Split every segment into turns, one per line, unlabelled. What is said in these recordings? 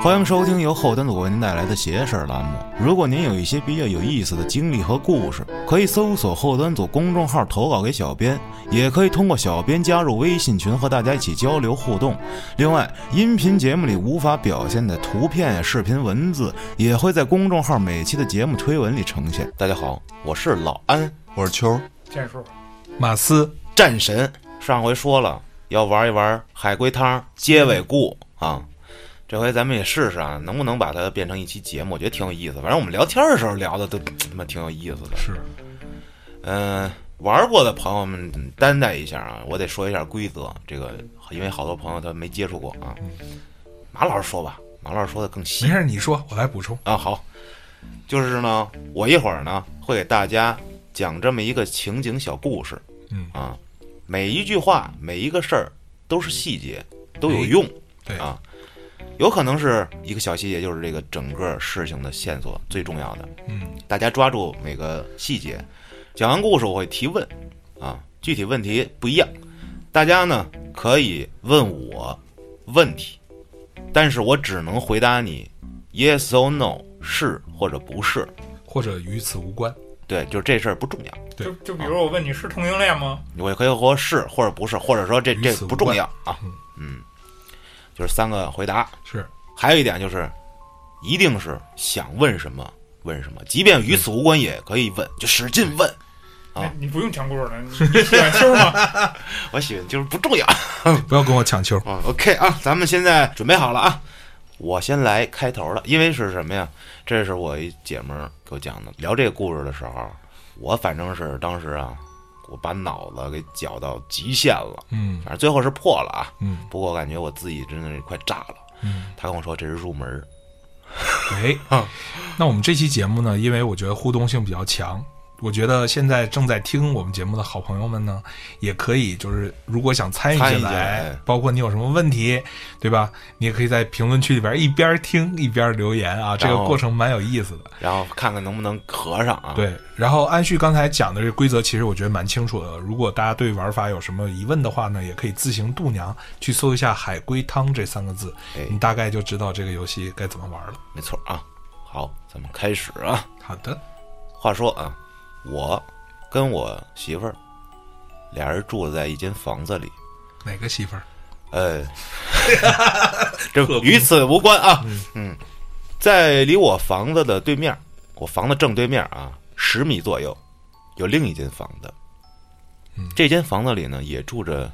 欢迎收听由后端组为您带来的“邪事儿”栏目。如果您有一些比较有意思的经历和故事，可以搜索后端组公众号投稿给小编，也可以通过小编加入微信群和大家一起交流互动。另外，音频节目里无法表现的图片、视频、文字，也会在公众号每期的节目推文里呈现。大家好，我是老安，
我是秋儿，
剑术，
马斯
战神。上回说了要玩一玩海龟汤接尾故啊。这回咱们也试试啊，能不能把它变成一期节目？我觉得挺有意思。反正我们聊天的时候聊的都他妈挺有意思的。
是，
嗯、玩过的朋友们担待一下啊，我得说一下规则。这个因为好多朋友他没接触过啊。马老师说吧，马老师说的更
没
细
事，你说，我来补充。
啊。好，就是呢，我一会儿呢会给大家讲这么一个情景小故事。
嗯
啊，每一句话、每一个事儿都是细节，都有用。
对
啊有可能是一个小细节，就是这个整个事情的线索最重要的。
嗯，
大家抓住每个细节。讲完故事，我会提问，啊，具体问题不一样。大家呢可以问我问题，但是我只能回答你 yes or no，是或者不是。
或者与此无关。
对，就是这事儿不重要。
对
就就比
哦
如我问你是同性恋吗？
我也可以说是或者不是，或者说这这
与此无
不重
关
要啊。嗯，就是三个回答。
是，
还有一点就是，一定是想问什么问什么，即便与此无关也可以问，就使劲问。啊
哎你不用讲故事了，你你喜欢秋吗？
我喜欢就是不重要。
不要跟我抢球。
啊，OK 啊，咱们现在准备好了啊，我先来开头了，因为是什么呀？这是我一姐们儿给我讲的，聊这个故事的时候，我反正是当时啊，我把脑子给绞到极限了，
嗯
反正最后是破了啊，
嗯，
不过我感觉我自己真的是快炸了。
嗯，
他跟我说这是入门儿，
哎，那我们这期节目呢，因为我觉得互动性比较强，我觉得现在正在听我们节目的好朋友们呢，也可以就是如果想参与
参与
进
进
来
来，
包括你有什么问题，对吧？你也可以在评论区里边一边听一边留言啊，这
然
个
后
过程蛮有意思的。
然后看看能不能合上啊。，
对，然后安旭刚才讲的这个规则，其实我觉得蛮清楚的。如果大家对玩法有什么疑问的话呢，也可以自行度娘去搜一下“海龟汤”这三个字，
哎
你大概就知道这个游戏该怎么玩了。
没错啊。好，咱们开始啊。
好的，
话说啊，我跟我媳妇儿俩人住在一间房子里，
哪个媳妇儿？
呃，这与此无关啊。嗯，在离我房子的对面，我房子正对面啊，十米左右有另一间房子。
嗯
这间房子里呢，也住着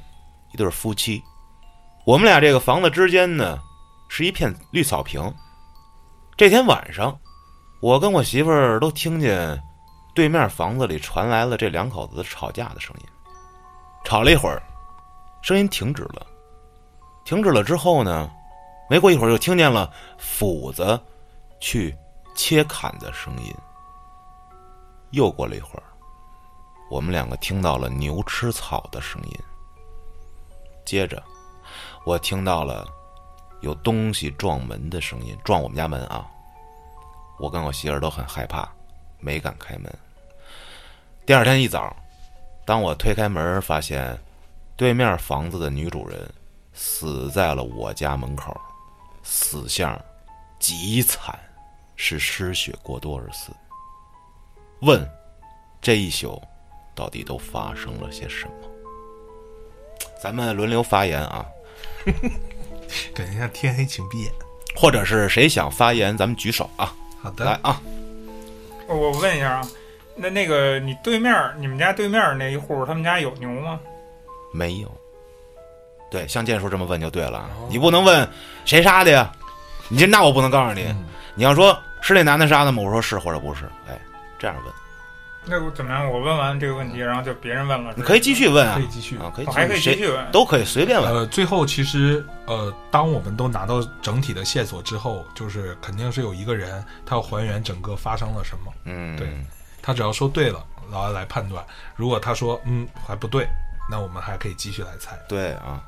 一对夫妻。我们俩这个房子之间呢，是一片绿草坪。这天晚上，我跟我媳妇儿都听见对面房子里传来了这两口子吵架的声音。吵了一会儿，声音停止了。停止了之后呢，没过一会儿又听见了斧子去切砍的声音。又过了一会儿，我们两个听到了牛吃草的声音。接着，我听到了有东西撞门的声音，撞我们家门啊！我跟我媳妇儿都很害怕，没敢开门。第二天一早，当我推开门，发现对面房子的女主人死在了我家门口，死相极惨，是失血过多而死。问，这一宿到底都发生了些什么？咱们轮流发言啊，
感觉像天黑请闭眼。
或者是谁想发言，咱们举手啊，
好的，
来啊，
我我问一下啊，那那个你对面儿你们家对面儿那一户儿，他们家有牛吗？
没有。对，像剑叔这么问就对了啊，
哦
你不能问谁杀的呀，你这那我不能告诉你，
嗯
你要说是那男的杀的吗？我说是或者不是，哎，这样问，
那我怎么样？我问完这个问题，然后就别人问了，
你可以继续问啊
嗯可以，继续。
啊，可以
我哦还可以
谁
继续问。
都可以随便问。
呃，最后其实呃，当我们都拿到整体的线索之后，就是肯定是有一个人他要还原整个发生了什么，
嗯，
对他只要说对了，然后来判断。如果他说嗯还不对，那我们还可以继续来猜。
对啊。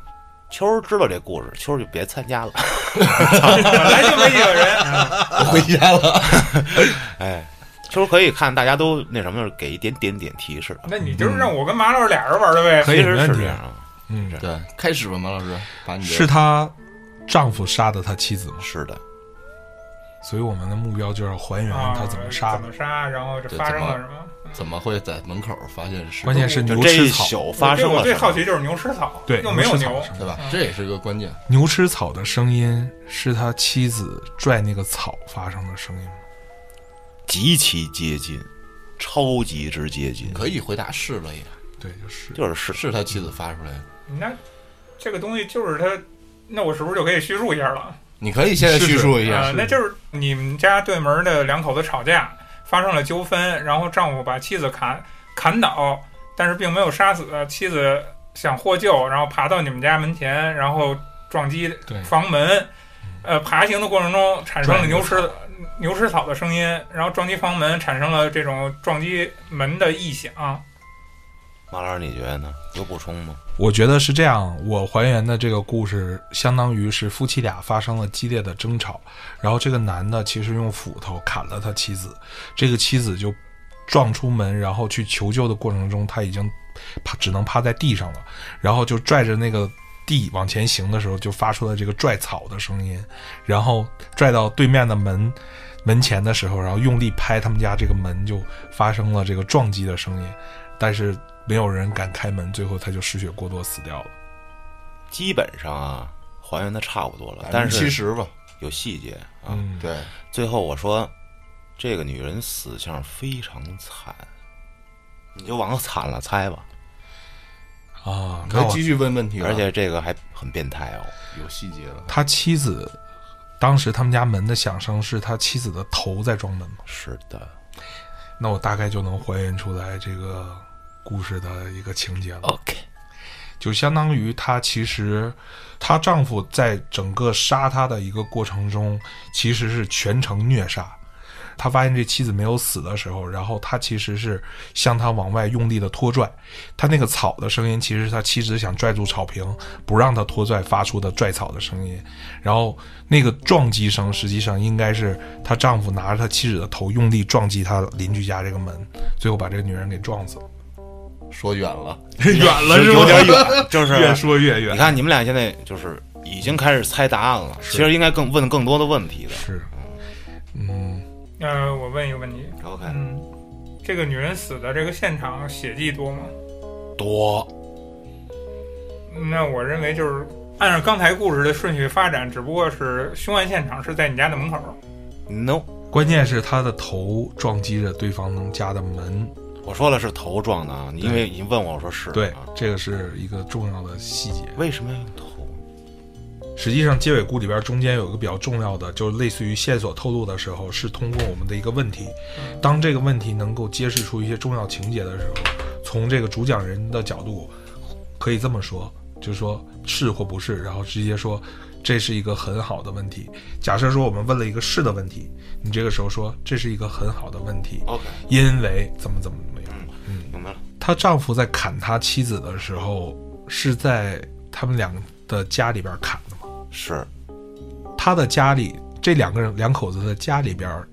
秋儿知道这故事，秋儿就别参加了。
本来就没几个 人，啊
我回家了。
哎，秋儿可以看大家都那什么，给一点点点提示啊。
那你就是让我跟马老师俩人玩的呗。
可以
其实
没问
是
题
这样啊，
嗯，
嗯对，开始吧，马老师，把你的
是她丈夫杀的她妻子吗？
是的，
所以我们的目标就是要还原
啊，
他怎么杀
怎
的。
么杀，然后这
对
发生
怎么
了什么？
怎么会在门口发现是？
关键是
就
牛
这一
吃草，
宿发生
我
了
最
什
好
么？
奇就是牛吃草，
对，
又没有
牛吃草
牛
的，声音
对吧
嗯？
这也是一个关键。
牛吃草的声音是他妻子拽那个草发生的声音吗？
极其接近，超级之接近，
可以回答是了也，
对，就是
就是是
是他妻子发出来的。
那这个东西就是它，那我是不是就可以叙述一下了？
你可以现在
是是
叙述一
啊、
下，
那就是你们家对门的两口子吵架，发生了纠纷，然后丈夫把妻子砍砍倒，但是并没有杀死，妻子想获救，然后爬到你们家门前，然后撞击
对
房门，呃，爬行的过程中产生了
撞
牛
击
吃牛吃草的声音，然后撞击房门产生了这种撞击门的异响。
马老师，你觉得呢？有补充吗？
我觉得是这样，我还原的这个故事相当于是夫妻俩发生了激烈的争吵，然后这个男的其实用斧头砍了他妻子，这个妻子就撞出门，然后去求救的过程中，他已经趴只能趴在地上了，然后就拽着那个地往前行的时候，就发出了这个拽草的声音，然后拽到对面的门门前的时候，然后用力拍他们家这个门，就发生了这个撞击的声音，但是没有人敢开门，最后他就失血过多死掉了。
基本上啊，还原的差不多了，
百
但
分之七
是
十吧。
有细节啊。
嗯，
对，
最后我说，这个女人死相非常惨，你就往惨了猜吧。
啊，
可
那
以
我
继续问问题了，
而且这个还很变态哦。
有细节了。
他妻子当时他们家门的响声是他妻子的头在撞门吗？
是的，
那我大概就能还原出来这个故事的一个情节了。
OK
就相当于她其实，她丈夫在整个杀她的一个过程中，其实是全程虐杀。他发现这妻子没有死的时候，然后他其实是向她往外用力的拖拽，他那个草的声音，其实是他妻子想拽住草坪，不让他拖拽发出的拽草的声音。然后那个撞击声，实际上应该是她丈夫拿着他妻子的头用力撞击她邻居家这个门，最后把这个女人给撞死了。
说远了，
远了
有点 远，就
越
是
说越
你
远。
看你们俩现在就是已经开始猜答案了，其实应该更问更多的问题的。
是，嗯，
呃，我问一个问题，
OK，
嗯，这个女人死的这个现场血迹多吗？
多
那我认为就是按照刚才故事的顺序发展，只不过是凶案现场是在你家的门口。
no，
关键是他的头撞击着对方家的门，
我说了是头撞的啊，你因为你问我，我说是
对
啊，
这个是一个重要的细节。
为什么要用头？
实际上，结尾故里边中间有一个比较重要的，就是类似于线索透露的时候，是通过我们的一个问题，当这个问题能够揭示出一些重要情节的时候，从这个主讲人的角度，可以这么说，就是说是或不是，然后直接说这是一个很好的问题。假设说我们问了一个是的问题，你这个时候说这是一个很好的问题，
OK，
因为怎么怎么怎么样。
明白了。
她丈夫在砍他妻子的时候，是在他们俩的家里边砍的吗？
是
他的家里，这两个人两口子的家里边儿，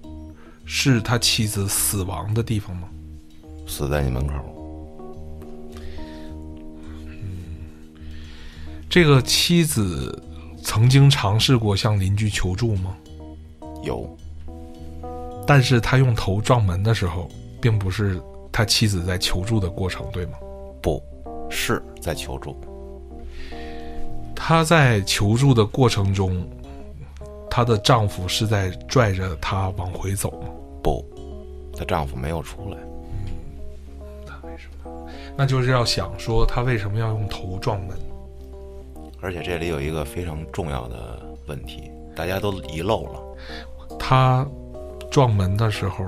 是他妻子死亡的地方吗？
死在你门口，
这个妻子曾经尝试过向邻居求助吗？
有
但是他用头撞门的时候，并不是他妻子在求助的过程，对吗？
不是在求助，
她在求助的过程中，她的丈夫是在拽着她往回走吗？
不，她丈夫没有出来。
那就是要想说，她为什么要用头撞门？
而且这里有一个非常重要的问题，大家都遗漏了，
她撞门的时候，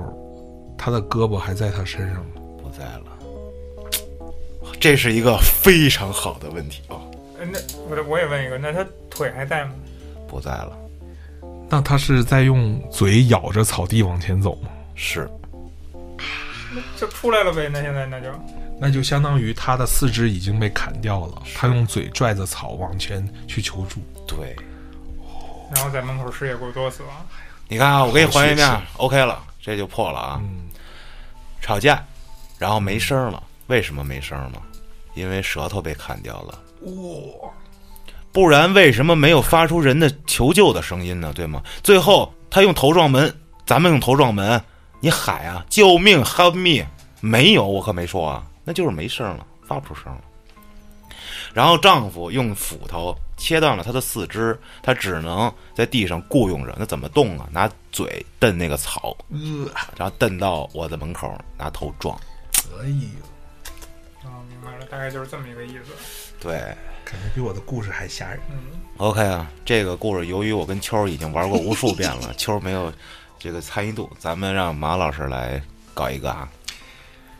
她的胳膊还在她身上吗？
不在了。这是一个非常好的问题哦，
呃那我我也问一个，那她腿还在吗？
不在了，
那他是在用嘴咬着草地往前走吗？
是
就出来了呗。那现在那就
那就相当于他的四肢已经被砍掉了，他用嘴拽着草往前去求助。
对。
然后在门口失血过多死亡。
你看啊，我给你还原一遍，OK 了，这就破了啊。
嗯，
吵架，然后没声儿了，为什么没声儿呢？因为舌头被砍掉了。
哇，
不然为什么没有发出人的求救的声音呢？对吗？最后他用头撞门，咱们用头撞门，你喊啊，救命，help me！没有，我可没说啊，那就是没声了，发不出声了。然后丈夫用斧头切断了她的四肢，她只能在地上雇佣着，那怎么动啊？拿嘴蹬那个草，
呃
然后蹬到我的门口，拿头撞。
可以，
啊，明白了，大概就是这么一个意思。
对
感觉比我的故事还吓人。
嗯，
，OK 啊，这个故事由于我跟秋儿已经玩过无数遍了，秋儿没有这个参与度，咱们让马老师来搞一个啊。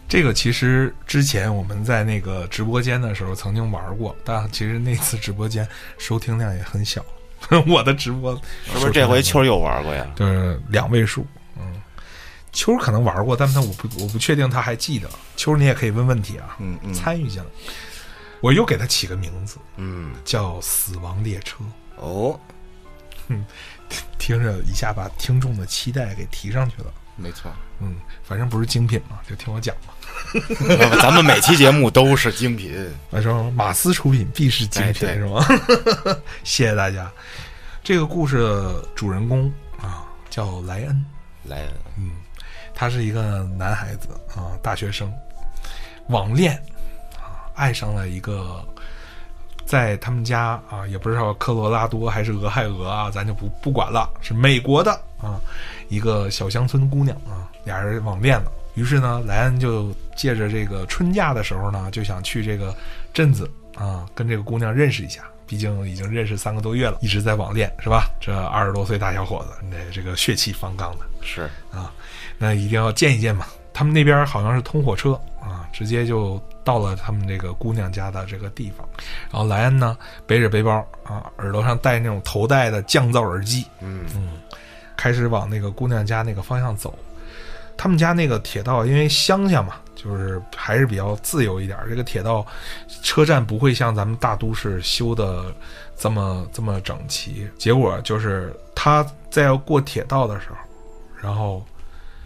这个其实之前我们在那个直播间的时候曾经玩过，但其实那次直播间收听量也很小， 我的直播
是不是这回秋儿又玩过呀？
就是两位数。嗯，秋儿可能玩过，但他我不我不确定他还记得。秋儿你也可以问问题啊，
嗯嗯
参与进来。我又给他起个名字，
嗯，
叫《死亡列车》，
哦，
听着一下把听众的期待给提上去了。
没错，
嗯，反正不是精品嘛，就听我讲嘛。
咱们每期节目都是精品。
我说马斯出品必是精品，
哎对
是吗？ 谢谢大家。这个故事的主人公啊叫莱恩，
来，
他是一个男孩子啊，大学生，网恋啊，爱上了一个在他们家啊，也不知道科罗拉多还是俄亥俄啊，咱就不不管了，是美国的啊，一个小乡村姑娘啊，俩人网恋了。于是呢，莱恩就借着这个春假的时候呢，就想去这个镇子啊，跟这个姑娘认识一下。毕竟已经认识三个多月了，一直在网恋，是吧？这二十多岁大小伙子，那这个血气方刚的，
是
那一定要见一见嘛。他们那边好像是通火车啊，直接就到了他们这个姑娘家的这个地方。然后莱恩呢，背着背包啊，耳朵上戴那种头戴的降噪耳机，
嗯，
开始往那个姑娘家那个方向走。他们家那个铁道，因为乡下嘛，就是还是比较自由一点儿。这个铁道车站不会像咱们大都市修的这么这么整齐。结果就是他在要过铁道的时候，然后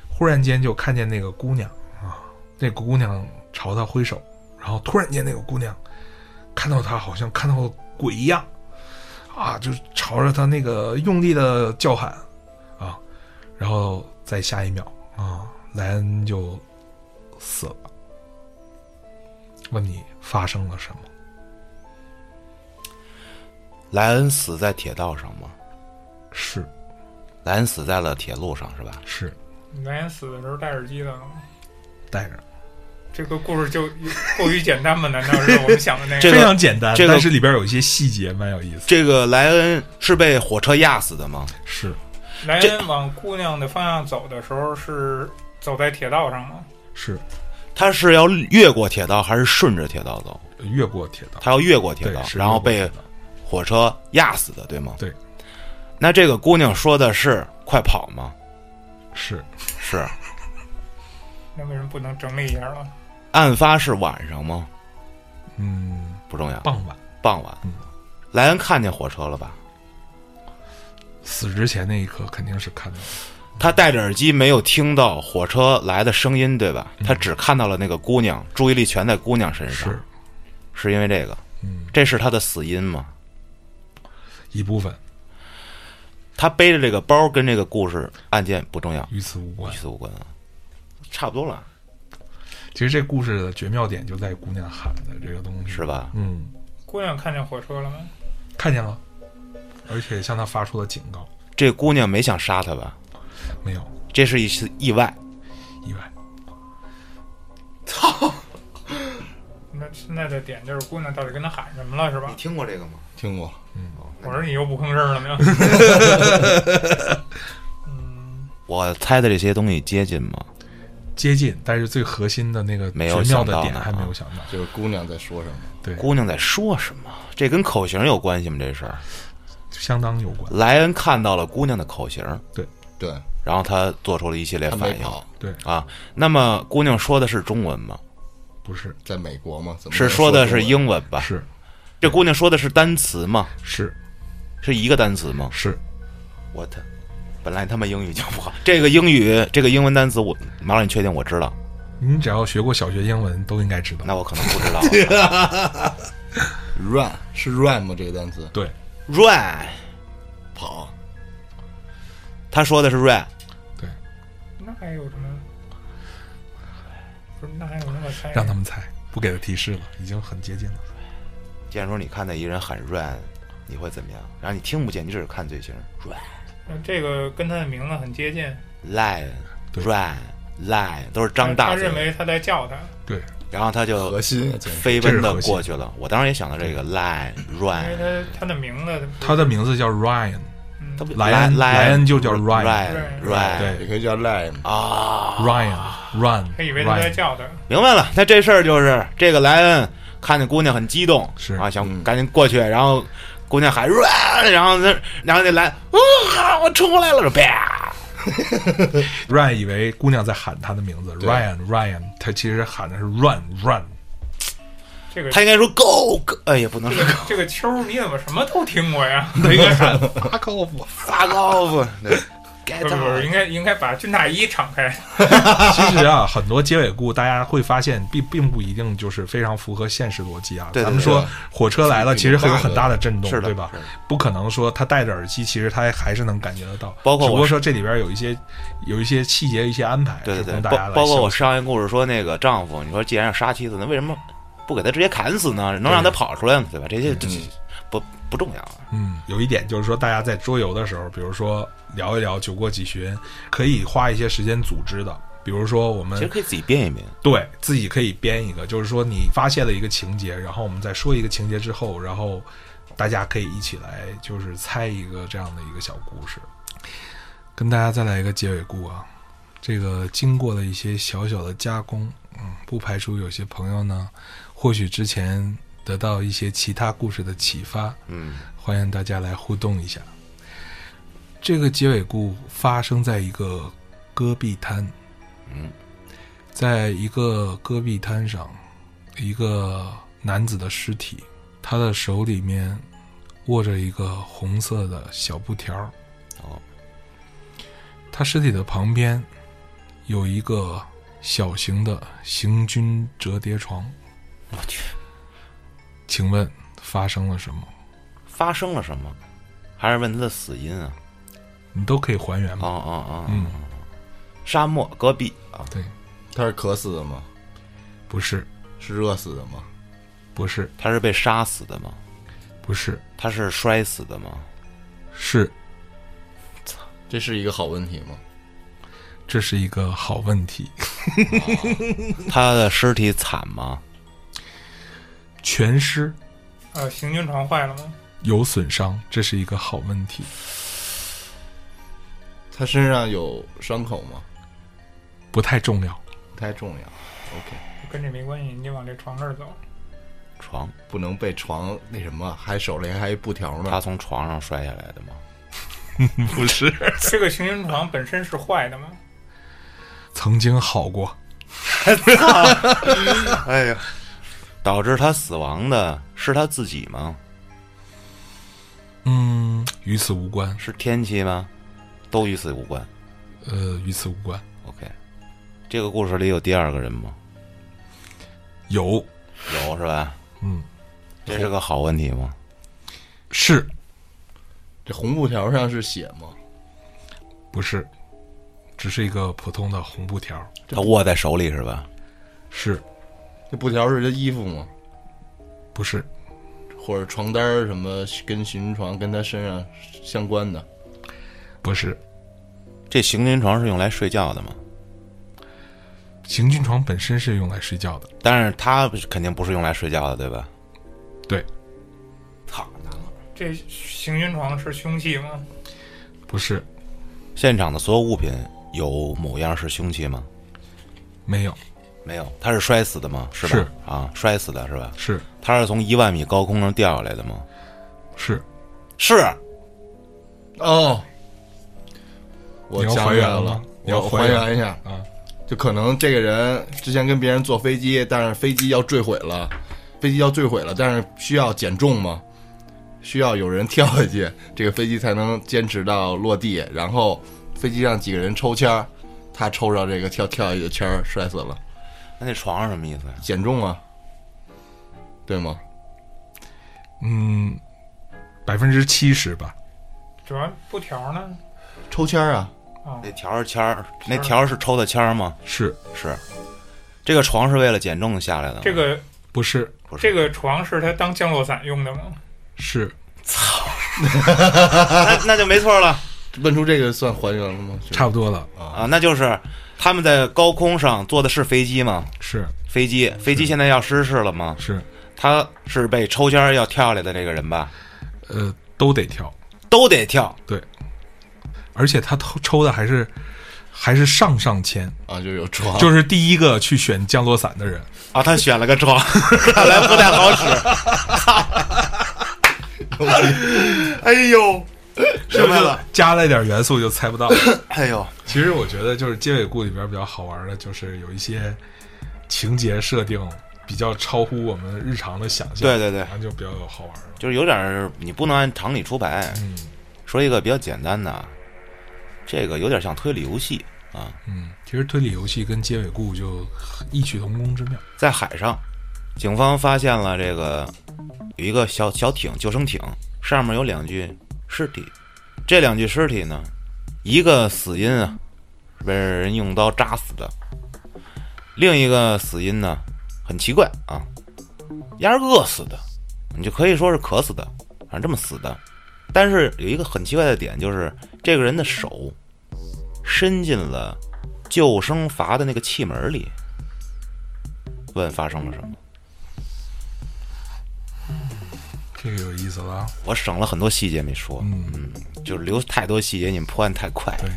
忽然间就看见那个姑娘啊，那个姑娘朝他挥手，然后突然间那个姑娘看到他，好像看到鬼一样，啊，就朝着他那个用力的叫喊啊，然后在下一秒啊，莱恩就死了。问你发生了什么？
莱恩死在铁道上吗？
是
莱恩死在了铁路上是吧？
是
莱恩死的时候戴耳机的吗，
带着
这个故事就过于简单吗？难道是我们想的那样？
这个
非常简单，
这个
但是里边有一些细节蛮有意思。
这个莱恩是被火车压死的吗？
是
莱
这
恩往姑娘的方向走的时候是走在铁道上吗？
是
他是要越过铁道还是顺着铁道走？
越过铁道，
他要越过铁
对
道，
是
然后
越过
被
铁道
火车压死的，对吗？
对。
那这个姑娘说的是快跑吗？
是
是。
那为什么不能整理一下了？
案发是晚上吗？
嗯
不重要，
傍晚
傍晚
嗯。
莱恩看见火车了吧？
死之前那一刻肯定是看到了
他戴着耳机没有听到火车来的声音，对吧？他只看到了那个姑娘，注意力全在姑娘身上，
是
是因为这个，
嗯
这是他的死因吗？
一部分
他背着这个包跟这个故事案件不重要，
与此无关
与。此无关啊，差不多了，
其实这故事的绝妙点就在于姑娘喊的这个东西，
是吧？
嗯，
姑娘看见火车了吗？
看见了，而且向他发出了警告，
这姑娘没想杀他吧？
没有
这是一次意外，
意外。
那现在的点就是姑娘到底跟他喊什么了，是吧？
听过这个吗？
听过
我说你又不吭声了没有？ 嗯，
我猜的这些东西接近吗？
接近，但是最核心的那个
没有
绝妙
想
的
到
点
呢啊
还没有想到。
这个姑娘在说什么？
对，
姑娘在说什么？这跟口型有关系吗？这事儿，
相当有关。
莱恩看到了姑娘的口型，
对，
然后他做出了一系列
她
反
没
应
跑，
对，
啊。那么姑娘说的是中文吗？
不是，
在美国嘛，怎么
是
能
说的
中
是
文
英文吧？
是
这姑娘说的是单词吗？
是
是一个单词吗？
是，
我他，本来他妈英语就不好， 这个英语这个英文单词我马老，你确定我知道？
你只要学过小学英文都应该知道。
那我可能不知 道。
run 是 run 吗？这个单词
对，
run
跑
他说的是 Rain，
那还有什么？不是，那还有什么可猜？
让他们猜，不给他提示了，已经很接近了。
建叔，你看到一人喊 Rain，你会怎么样？然后你听不见，你只是看嘴型 Rain
那这个跟他的名字很接近。
Lion
对
Rain Lion 都是张大
他
嘴
认，为他在叫他，
对，
然后他就
核心啊，简直
飞奔的
这是核心
过去了。我当时也想到这个 Lion
因为
Rain，
他他的名字，
他的名字叫 Ryan，
嗯
他不
莱恩莱恩就叫 Ryan
Rain Rain
对
也可以叫 Lime，
呃啊，
，Ryan，Run，
他以为他在
Ryan，
叫他。
明白了，那这事儿就是这个莱恩看见姑娘很激动，
是
啊，想
嗯
赶紧过去，然后姑娘喊 run，然后那然后那莱恩啊，我冲过来了，啪，
Ryan 以为姑娘在喊他的名字
对
，Ryan，Ryan，他其实喊的是 Run，Run，
这个
他应该说 go go，哎也不能
这
说
个这个秋儿你怎么什么都听过呀？
他应该喊 Fuck off。
fuck off，对
不
，get
是不是，
out，
应该应该把军大衣敞开。
其实啊，很多结尾故大家会发现并并不一定就是非常符合现实逻辑啊。
对对
咱们
对
说
对
火车来了，
挺
其实会有很大的震动，
是的
对吧
是的？
不可能说他戴着耳机，其实他还是能感觉得到。
包括我
只不过说这里边有一些有一些细节、一些安排，
对对
是
对，
供大
包
家来
包括我
想
上一故事说那个丈夫，你说既然要杀妻子，那为什么不给他直接砍死呢？能让他跑出来呢，对吧？这些这
嗯
不不重要啊，
嗯，有一点就是说，大家在桌游的时候，比如说聊一聊酒过几巡，可以花一些时间组织的。比如说，我们
其实可以自己编一编，
对自己可以编一个，就是说你发现了一个情节，然后我们再说一个情节之后，然后大家可以一起来就是猜一个这样的一个小故事。跟大家再来一个结尾故啊，这个经过了一些小小的加工，嗯，不排除有些朋友呢，或许之前得到一些其他故事的启发，
嗯，
欢迎大家来互动一下。这个结尾故发生在一个戈壁滩，
嗯，
在一个戈壁滩上，一个男子的尸体，他的手里面握着一个红色的小布条儿，
哦，
他尸体的旁边有一个小型的行军折叠床，
我去，
请问发生了什么？
发生了什么？还是问他的死因啊？
你都可以还原
啊
吗？
啊啊！
嗯，
沙漠戈壁啊，
对，
他是渴死的吗？
不是，
是热死的吗？
不是，
他是被杀死的吗？
不是，
他是摔死的吗？
是
这是一个好问题吗？
这是一个好问题，
他的尸体惨吗？
全尸
呃，行军床坏了吗？
有损伤，这是一个好问题，
他身上有伤口吗？
不太重要。
不太重要。OK，
跟这没关系，你就往这床这儿走。
床，
不能被床那什么，还手里还一布条
他
呢。
从床上摔下来的吗？
不是，
这个行军床本身是坏的吗？
曾经好过，
哎呀，导致他死亡的是他自己吗？
嗯，与此无关，
是天气吗？都与此无关。
呃，与此无关。
OK，这个故事里有第二个人吗？
有，
有是吧？
嗯，
这是个好问题吗？
是
这红布条上是血吗？
不是？只是一个普通的红布条，
他握在手里是吧？
是
这布条是他衣服吗？
不是？
或者床单儿什么跟寻人床跟他身上相关的？
不是，
这行军床是用来睡觉的吗？
行军床本身是用来睡觉的，
但是他肯定不是用来睡觉的，对吧？
对，
操，难了。
这行军床是凶器吗？
不是，
现场的所有物品有某样是凶器吗？
没有，
没有，他是摔死的吗？是吧？
是
啊，摔死的是吧？
是
他是从一万米高空上掉下来的吗？
是，
是，
哦，我
你要
想
还
起
原
来
了
了
吗，你要
我
还
还
原
原一下
啊。
就可能这个人之前跟别人坐飞机，但是飞机要坠毁了，飞机要坠毁了，但是需要减重嘛，需要有人跳下去，这个飞机才能坚持到落地。然后飞机上几个人抽签儿，他抽着这个跳跳下去的签儿摔死了，
那那床上什么意思呀、
减重啊，对吗？
嗯，百分之七十吧，
主要布条呢？
抽签儿啊，
啊
那条儿签儿，那条儿是抽的签儿吗？
是
是。这个床是为了减重下来的吗？
这个
不是？
嗯不是
这个床是他当降落伞用的吗？
是
那那就没错了
问出这个算还原了吗？就是
差不多了，
啊，那就是他们在高空上坐的是飞机吗？
是
飞机，飞机现在要失事了吗？
是，
他是被抽签儿要跳下来的这个人吧？
呃，都得跳，
都得跳，
而且他抽抽的还是还是上上签，
啊，就有
哦
床，
就是第一个去选降落伞的人。
啊，他选了个床， 看来不太好使。哎呦，明白了，
加了一点元素就猜不到。
哎呦，
其实我觉得就是街尾故里边比较好玩的，就是有一些情节设定比较超乎我们日常的想象，
对对对
然后就比较有好玩了。
就是有点儿你不能按常理出牌。
嗯
说一个比较简单的，这个有点像推理游戏啊，
嗯，其实推理游戏跟街尾故就异曲同工之妙。
在海上，警方发现了这个有一个小小艇，救生艇上面有两具尸体，这两具尸体呢，一个死因啊是被人用刀扎死的，另一个死因呢很奇怪啊，压是饿死的，你就可以说是渴死的，反正这么死的。但是有一个很奇怪的点，就是这个人的手伸进了救生筏的那个气门里。问发生了什么？
这个有意思了啊，
我省了很多细节没说，
嗯，
就是留太多细节，你们破案太快。
对，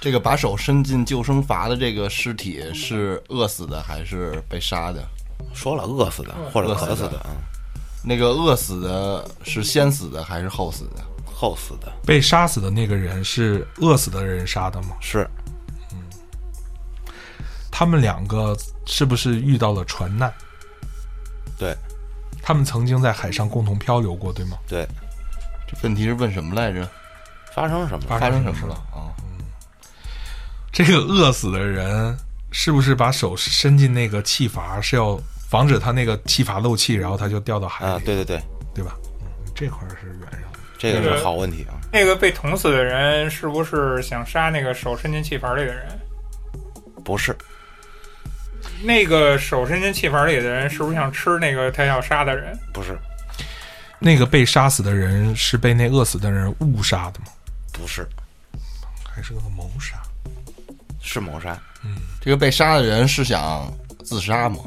这个把手伸进救生筏的这个尸体是饿死的还是被杀的？
说了饿死的或者渴死
饿死
的，嗯，
那个饿死的是先死的还是后死的？
后死的
被杀死的那个人是饿死的人杀的吗？
是
他们两个是不是遇到了船难？
对
他们曾经在海上共同漂流过，对吗？
对，
这问题是问什么来着？
发生什么了？
发
发生
生
什
什
么
么
了
了
啊？
这个饿死的人是不是把手伸进那个气阀，是要防止他那个气阀漏气，然后他就掉到海里，
啊，对对对，
对吧？嗯，这块儿是圆上的。
这个是好问题啊。
那个被捅死的人是不是想杀那个手伸进气阀里的人？
不是，
那个手伸进气阀里的人是不是想吃那个他要杀的人？
不是，
那个被杀死的人是被那饿死的人误杀的吗？
不是，
还是个谋杀？
是谋杀，
这个被杀的人是想自杀吗？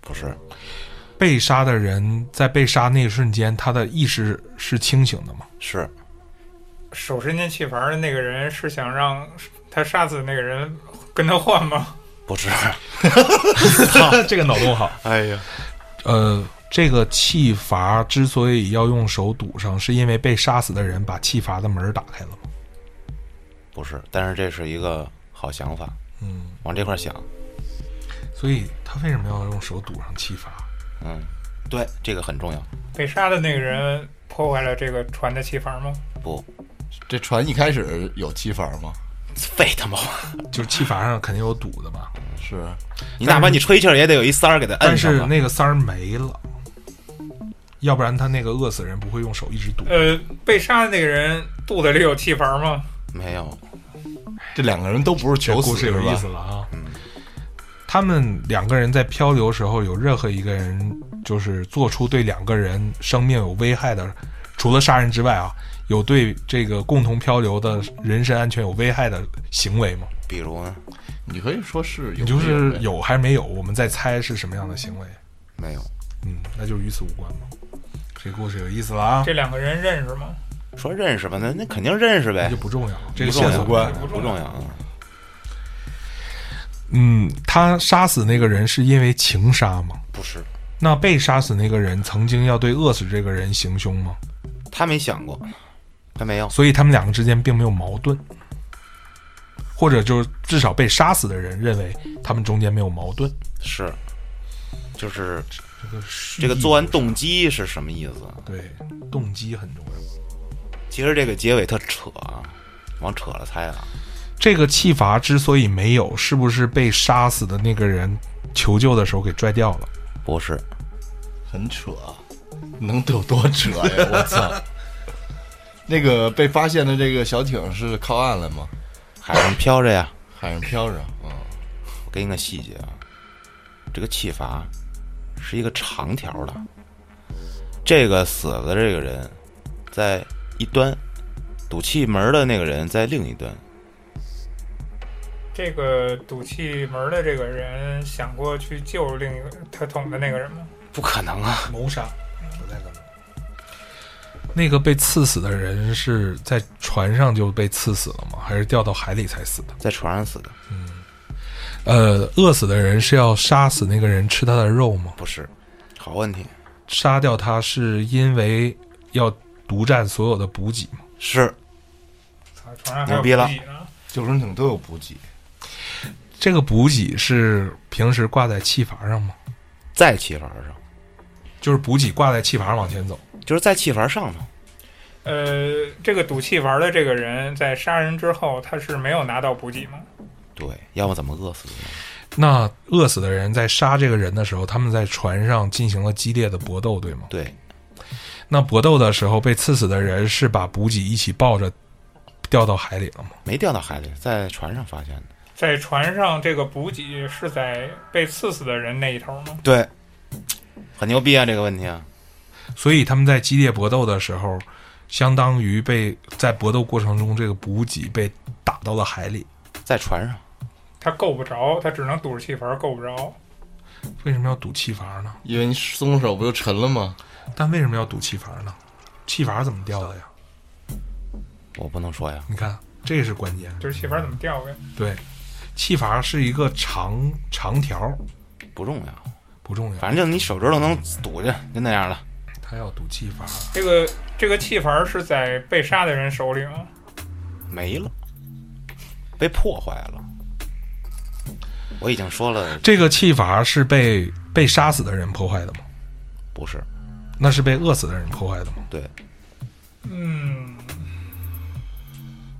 不是，
被杀的人在被杀那一瞬间，他的意识是清醒的吗？
是
手伸进气阀的那个人是想让他杀死那个人跟他换吗？
不是？
这个脑洞好。
哎呀，
呃，这个气阀之所以要用手堵上，是因为被杀死的人把气阀的门儿打开了吗？
不是，但是这是一个好想法，
嗯，
往这块儿想，
所以他为什么要用手堵上气阀？
嗯，对，这个很重要。
被杀的那个人破坏了这个船的气阀吗？
不，
这船一开始有气阀吗？
废他妈话，
就是气阀上肯定有堵的嘛，
是，
你哪怕你吹气儿也得有一塞儿给他
但
摁上
是
吧。
那个塞儿没了，要不然他那个饿死人不会用手一直堵。
呃，被杀的那个人肚子里有气阀吗？
没有，
这两个人都不是
这
求
故
死
事有
是
意
吧
思？了啊！他们两个人在漂流时候，有任何一个人就是做出对两个人生命有危害的，除了杀人之外啊，有对这个共同漂流的人身安全有危害的行为吗？
比如呢，
你可以说是有，
你就是
有。
有还是没有？我们在猜是什么样的行为？
没有。
嗯，那就是与此无关嘛。这故事有意思了啊！
这两个人认识吗？
说认识吧，那那肯定认识呗
这就，不重要，这个
不重要
线索
无关
不重要啊。
嗯，他杀死那个人是因为情杀吗？
不是，
那被杀死那个人曾经要对饿死这个人行凶吗？
他没想过，他没有，
所以他们两个之间并没有矛盾，或者就是至少被杀死的人认为他们中间没有矛盾。
是，就是
这个
这
这
个作案动机是什么意思？
对动机很重要。
其实这个结尾特扯啊，往扯了猜啊，
这个气阀之所以没有，是不是被杀死的那个人求救的时候给拽掉了？
不是，
很扯，能有多扯呀！我操， 那个被发现的这个小艇是靠岸了吗？
海上飘着呀。
海上飘着，嗯，
我给你个细节啊，这个气阀是一个长条的，这个死的这个人在一端，堵气门的那个人在另一端。
这个堵气门的这个人想过去救另一个他捅的那个人吗？
不可能啊！
谋杀，不太可能。那个被刺死的人是在船上就被刺死了吗？还是掉到海里才死的？
在船上死的
呃，饿死的人是要杀死那个人吃他的肉吗？
不是，好问题
杀掉他是因为要独占所有的补给吗？
是
操，船上还有
牛逼了
补给呢
救生艇都有补给，
这个补给是平时挂在气阀上吗？
在气阀上，
就是补给挂在气阀往前走。
就是在气阀上头。
呃，这个赌气玩的这个人在杀人之后，他是没有拿到补给吗？
对，要么怎么饿死的呢？
那饿死的人在杀这个人的时候，他们在船上进行了激烈的搏斗，对吗？
对，
那搏斗的时候，被刺死的人是把补给一起抱着掉到海里了吗？
没掉到海里，在船上发现的。
在船上这个补给是在被刺死的人那一头吗？
对，很牛逼啊！这个问题啊，
所以他们在激烈搏斗的时候，相当于被在搏斗过程中这个补给被打到了海里。
在船上，
他够不着，他只能堵着气阀够不着。
为什么要堵气阀呢？
因为你松手不就沉了吗？
但为什么要堵气阀呢？气阀怎么掉的呀？
我不能说呀。
你看，这是关键。
就是气阀怎么掉的？
对，气阀是一个长长条儿，
不重要，
不重要。
反正就你手指头能堵着，就那样了。
它要堵气阀，
这个这个气阀是在被杀的人手里吗？
没了，被破坏了。我已经说了，
这个气阀是被被杀死的人破坏的吗？
不是，
那是被饿死的人破坏的吗？
对，
嗯，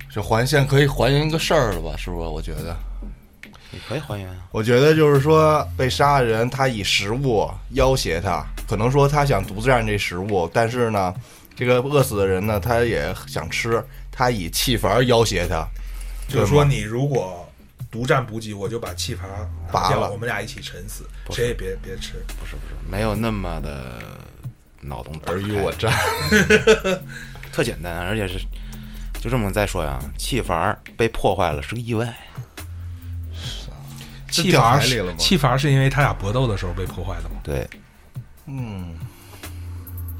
这还现可以还原一个事儿了吧？是不是？我觉得，
你可以还原啊。
我觉得就是说，被杀的人他以食物要挟他，可能说他想独占这食物，但是呢，这个饿死的人呢，他也想吃，他以气阀要挟他，
就是说，你如果独占补给，我就把气阀
拔了
我们俩一起沉死，谁也别别吃。
不是不是，没有那么的脑洞大
尔虞我诈。
特简单，而且是就这么再说呀，气阀被破坏了是个意外，
是
气
掉
阀
海里
是
了吗
气阀是因为他俩搏斗的时候被破坏的吗？
对，
嗯，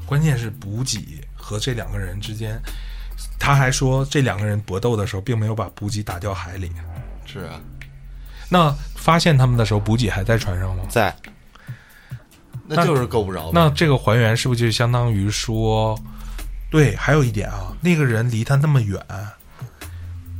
关键是补给和这两个人之间，他还说这两个人搏斗的时候并没有把补给打掉海里。
是啊，
那发现他们的时候，补给还在船上吗？
在
那就是够不着呗。
那这个还原是不是就相当于说，对，还有一点啊，那个人离他那么远，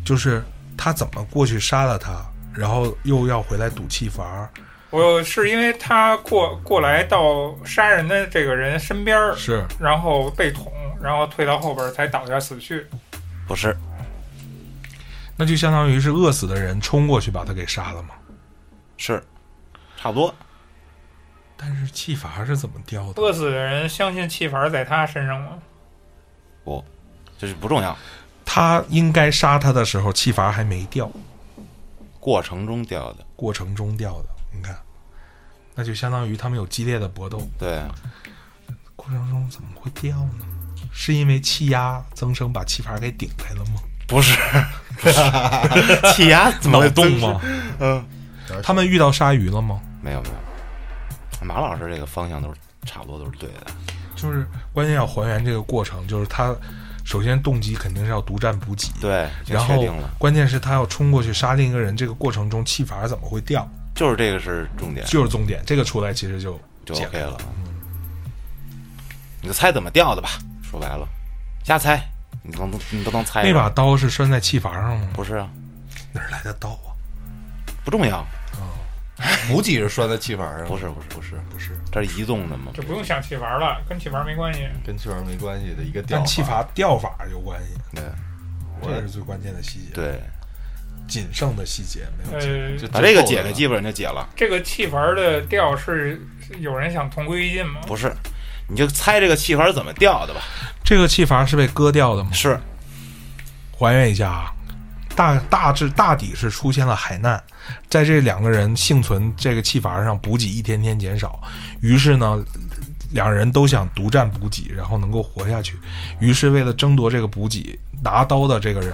就是他怎么过去杀了他，然后又要回来堵气阀？
我是因为他过过来到杀人的这个人身边儿，
是
然后被捅，然后退到后边儿才倒下死去。
不是
那就相当于是饿死的人冲过去把他给杀了嘛？
是差不多，
但是气阀是怎么掉的？
饿死的人相信气阀在他身上吗？
不就是不重要，
他应该杀他的时候，气阀还没掉，
过程中掉的，
过程中掉的。你看，那就相当于他们有激烈的搏斗，
对，
过程中怎么会掉呢？是因为气压增生把气阀给顶开了吗？
不是，不是气压怎么
脑
会
洞？吗？嗯， 他们遇到鲨鱼了吗？
没有没有，马老师这个方向都是差不多都是对的，
就是关键要还原这个过程，就是他首先动机肯定是要独占补给，，
对，已经
然
确
后
定了，
关键是他要冲过去杀另一个人，这个过程中气阀怎么会掉？
就是这个是重点，
就是重点，这个出来其实就
就
解
OK
开
了。你就猜怎么掉的吧，说白了，瞎猜，你都能你都能猜
那
着
把刀是拴在气阀上吗？
不是啊，
哪儿来的刀啊？
不重要，
补给是拴在气阀上，
不是不是
不是，
不是，
这是移动的嘛，
就不用想气阀了，跟气阀没关系。
跟气阀没关系的一个调
但
法。
气阀掉法有关系，
对
这是最关键的细节，，
对，
仅剩的细节没有解
呃，
就
把这个
最
解
后
开
的
基本上就解了，
这个气阀的调是有人想同归于尽吗？
不是，你就猜这个气阀是怎么掉的吧。
这个气阀是被割掉的吗？
是，
还原一下啊，大大致大抵是出现了海难，在这两个人幸存这个气阀上补给一天天减少，于是呢，两人都想独占补给，然后能够活下去。于是为了争夺这个补给，拿刀的这个人，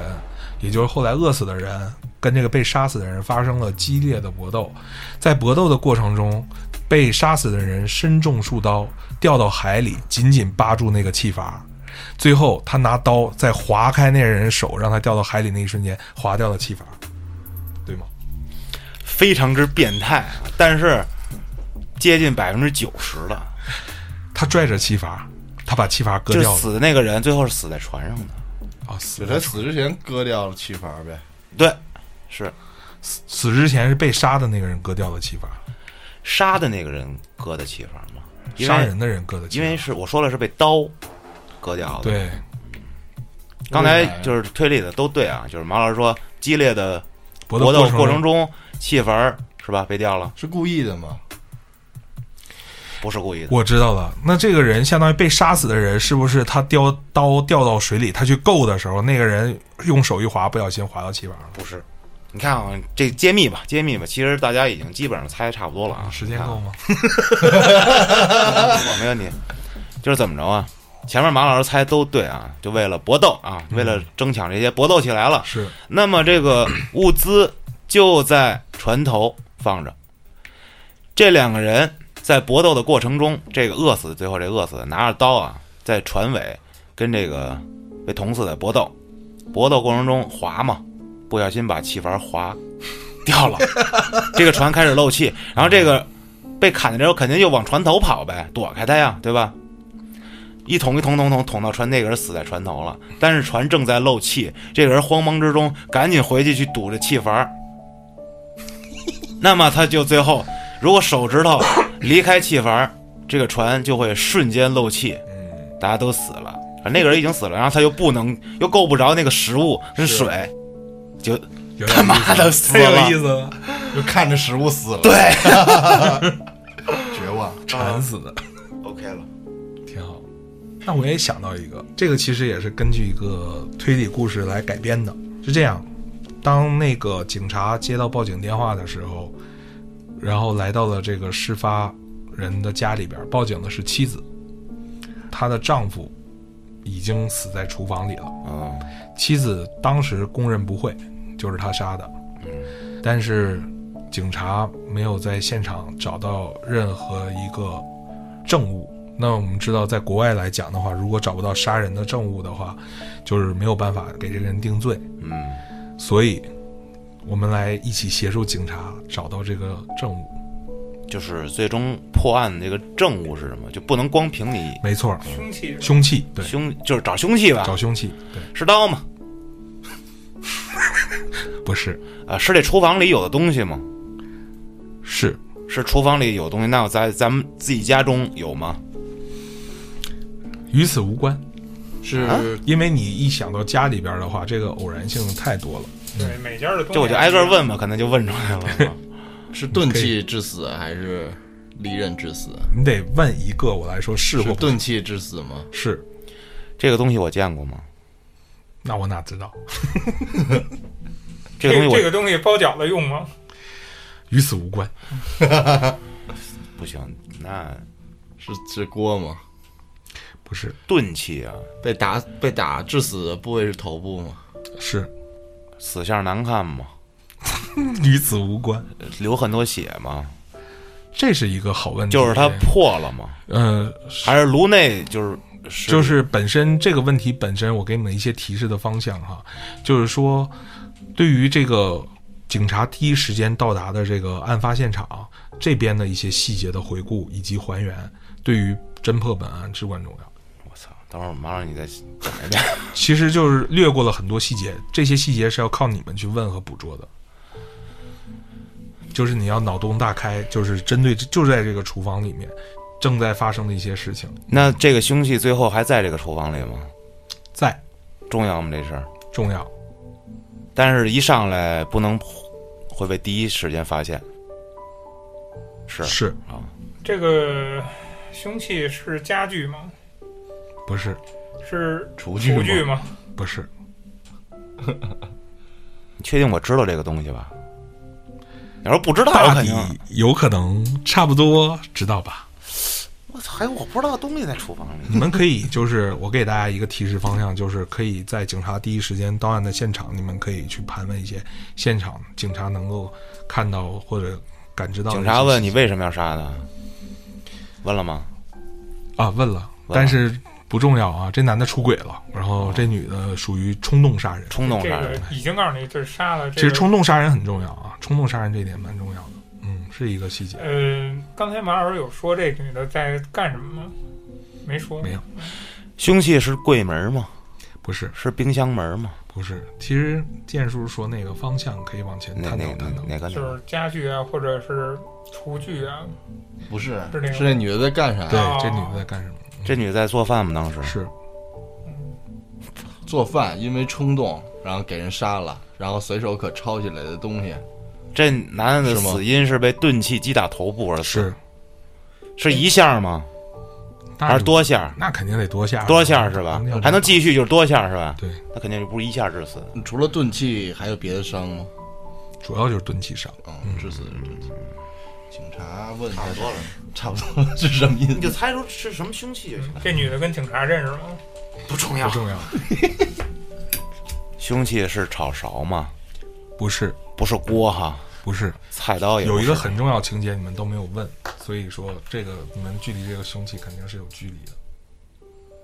也就是后来饿死的人，跟这个被杀死的人发生了激烈的搏斗。在搏斗的过程中，被杀死的人身中数刀，掉到海里，紧紧扒住那个气阀。最后，他拿刀在划开那人手，让他掉到海里那一瞬间，划掉了气阀，对吗？
非常之变态啊，但是接近百分之九十了。
他拽着气阀，他把气阀割
就
掉了
死的那个人最后是死在船上的。
啊！死
就他死之前割掉了气阀呗。
对，是
死之前是被杀的那个人割掉了气阀，
杀的那个人割的气阀吗？因为
杀人的人割的气
因
阀。
为是我说了是被刀割掉的。，
对
刚才就是推理的都对啊，就是毛老师说激烈的
搏
搏斗
斗
过
过
程
中，
中气阀儿是吧被掉了，
是故意的 吗？
不是故意的。
我知道了。那这个人相当于被杀死的人，是不是他掉刀掉到水里，他去够的时候，那个人用手一划，不小心划到气阀了？
不是，你看啊，这揭秘吧，揭秘吧，其实大家已经基本上猜差不多了啊。
时间
你看啊
够吗？
我没问题。就是怎么着啊？前面马老师猜都对啊，就为了搏斗啊，为了争抢这些搏斗起来了。
是
那么这个物资就在船头放着。这两个人在搏斗的过程中，这个饿死的最后这饿死的拿着刀啊，在船尾跟这个被捅死的搏斗，搏斗过程中划嘛，不小心把气阀划掉了，这个船开始漏气，然后这个被砍的人肯定就往船头跑呗，躲开他呀，对吧？一捅一捅捅捅捅到船，那个人死在船头了，但是船正在漏气，这个人慌忙之中赶紧回去去堵这气阀儿， 那么他就最后如果手指头离开气阀儿，这个船就会瞬间漏气，大家都死了，啊那个人已经死了，然后他又不能又够不着那个食物跟
是
水，就
有
他
点
妈的死
太有意
了，
思了，
就看着食物死了，
对
绝望。
馋死的。
，OK 了，
挺好。那我也想到一个，这个其实也是根据一个推理故事来改编的，是这样：当那个警察接到报警电话的时候，然后来到了这个事发人的家里边，报警的是妻子，她的丈夫已经死在厨房里了。
嗯，
妻子当时供认不讳，就是他杀的。嗯，但是警察没有在现场找到任何一个证物。那我们知道，在国外来讲的话，如果找不到杀人的证物的话，就是没有办法给这个人定罪。
嗯，
所以，我们来一起协助警察找到这个证物。
就是最终破案的这个证物是什么？就不能光凭你
没错，
凶器
凶器，对，
凶，就是找凶器吧
找，凶器，对，
是刀吗？
不是，
啊，是这厨房里有的东西吗？
是
是厨房里有东西，那我在咱们自己家中有吗？
与此无关，
是
因为你一想到家里边的话，这个偶然性太多了。
对啊每家的东西，
这我就挨个儿问吧，可能就问出来 了。
是钝器致死还是利刃致死？
你得问一个，我来说是
是
或不是
钝器致死吗？
是，
这个东西我见过吗？
那我哪知道？
这个东西我、
这个东西包饺子用吗？
与此无关。
不行，那
是是锅吗？
不是，
钝器啊，
被打被打致死的部位是头部吗？
是
死相难看吗？
与此无关。
流很多血吗？
嗯
这是一个好问题，
就是它破了吗？
呃，
还是颅内就是是
就是本身这个问题本身，我给你们一些提示的方向哈，就是说，对于这个警察第一时间到达的这个案发现场这边的一些细节的回顾以及还原，对于侦破本案至关重要。
我操！等会儿马上你再讲一遍。
其实就是略过了很多细节，这些细节是要靠你们去问和捕捉的。就是你要脑洞大开，就是针对就在这个厨房里面正在发生的一些事情，
那这个凶器最后还在这个厨房里吗？
在
重要吗这事儿？
重要
但是一上来不能会被第一时间发现。是
是
啊，
这个凶器是家具吗？
不是，
是
厨具
厨
吗
具吗？
不是，
你确定我知道这个东西吧？你要是不知道，我
大
肯
抵
定
有可能差不多知道吧？
我操，还有我不知道的东西在厨房里。
你们可以就是我给大家一个提示方向，就是可以在警察第一时间到案的现场，你们可以去盘问一些现场警察能够看到或者感知到的
警
一些信息。
察问你为什么要杀他，问了吗？
啊，问了，
问
但
了
是不重要啊。这男的出轨了，然后这女的属于冲动杀人。
冲动
哦这
杀
个
人，
已经告诉你，这杀了。这
其
个、
实冲动杀人很重要啊，冲动杀人这一点蛮重要的，嗯，是一个细节。
呃，刚才马老师有说这女的在干什么吗？没说，
没有
凶器是柜门吗？
不是，
是冰箱门吗？
不是，其实剑叔说那个方向可以往前
哪
探
哪
讨
哪
探讨。
哪个哪
就
个？
是家具啊，或者是厨具啊。
不是
是那个
是那女的在干啥？
对
哦，
这女的在干什么？
这女的在做饭吗？当时
是
做饭，因为冲动，然后给人杀了，然后随手可抄起来的东西，
这男的的
是吗
死因是被钝器击打头部而死，
是，
是一下吗？
那
还是
就
多下？
那肯定得多下，
多下是吧
肯定要？
还能继续就是多下是吧？
嗯对，
他肯定就不是一下致死。
除了钝器还有别的伤吗？
主要就是钝器伤。
嗯，致死是钝器。警察问差不多了， 差不多了是什么意思？
猜出是什么凶器就行，
这女的跟警察认识吗？
不重
哎
不重要，
凶器是炒勺吗？
不是，
不是锅哈，
不是，
菜刀哎也不
有
是
一个很重要情节你们都没有问，所以说这个你们距离这个凶器肯定是有距离的。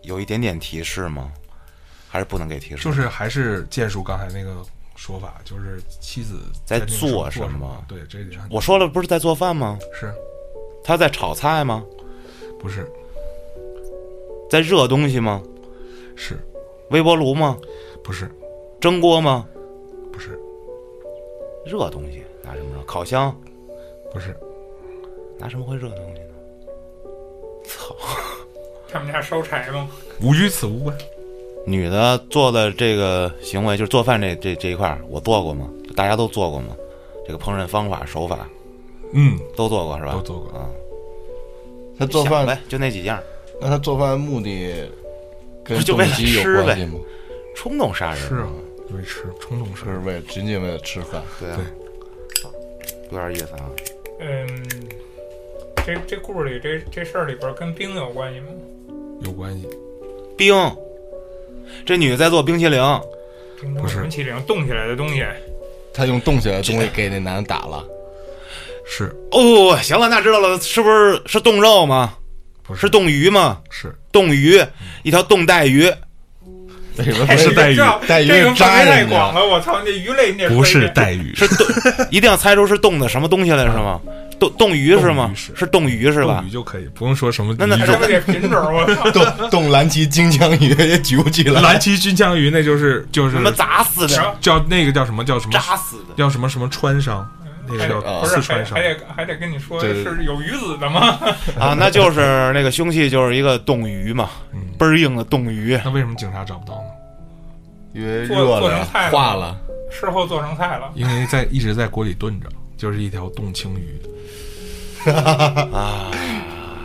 有一点点提示吗？还是不能给提示？
就是还是剑术刚才那个说法，就是妻子
在
那个时候
做
做
什
什
么
对，这一点很
我说了，不是在做饭吗？
是
他在炒菜吗？
不是
在热东西吗？
是
微波炉吗？
不是
蒸锅吗？
不是
热东西拿什么热？烤箱
不是
拿什么会热东西呢？
他们家烧柴吗？
无与此无关，
女的做的这个行为，就是做饭这这这一块儿，我做过吗？大家都做过吗？这个烹饪方法、手法
嗯，
都做过是吧？
都做过
啊。
他做饭
想呗，就那几样，
那他做饭目的跟
不就
动
为了
机
吃
有关
呗
系吗？
冲动杀人
是啊，因为吃冲动吃
是为了仅仅为了吃饭？
对啊，有点意思啊。
嗯，这这故事里这这事儿里边跟冰有关系吗？
有关系，
冰，这女的在做冰淇淋，
冰
不
冻
是
什么器灵冻起来的东西，
他用动起来的东西给那男的打 了，
是
哦，行了，那知道了，是不是是冻肉吗？
不
是
是
冻鱼吗？
是
冻鱼，一条冻带鱼，
为什么
不是带鱼
哎这
带鱼
这个
是扎
范围太
人的
广了，我操！这鱼类你得
不
分
是
辨
带鱼
是冻，一定要猜出是冻的什么东西来是吗？冻冻鱼是
冻
吗
鱼？是
是冻鱼是 吧
冻鱼？就可以，不用说什么
那那
鱼
哎
种
他们得品种， 我 操！
动动蓝鳍金枪鱼也举不起来，
蓝鳍金枪鱼那就是就是啊
什么砸死
然
的，
后
叫那个叫什么叫什么
扎死的，
叫什么什么川伤，那
哎
个叫
啊
哎
呃
不是
四
还
川伤
还，得还得跟你说
对对对
是有鱼子的吗？
啊，那就是那个凶器就是一个冻鱼嘛，
嗯，
倍儿硬的冻鱼。
那为什么警察找不到呢？
因为
做
热
做
了
成菜了
化了，
事后做成菜了，
因为在一直在锅里炖着，就是一条冻青鱼。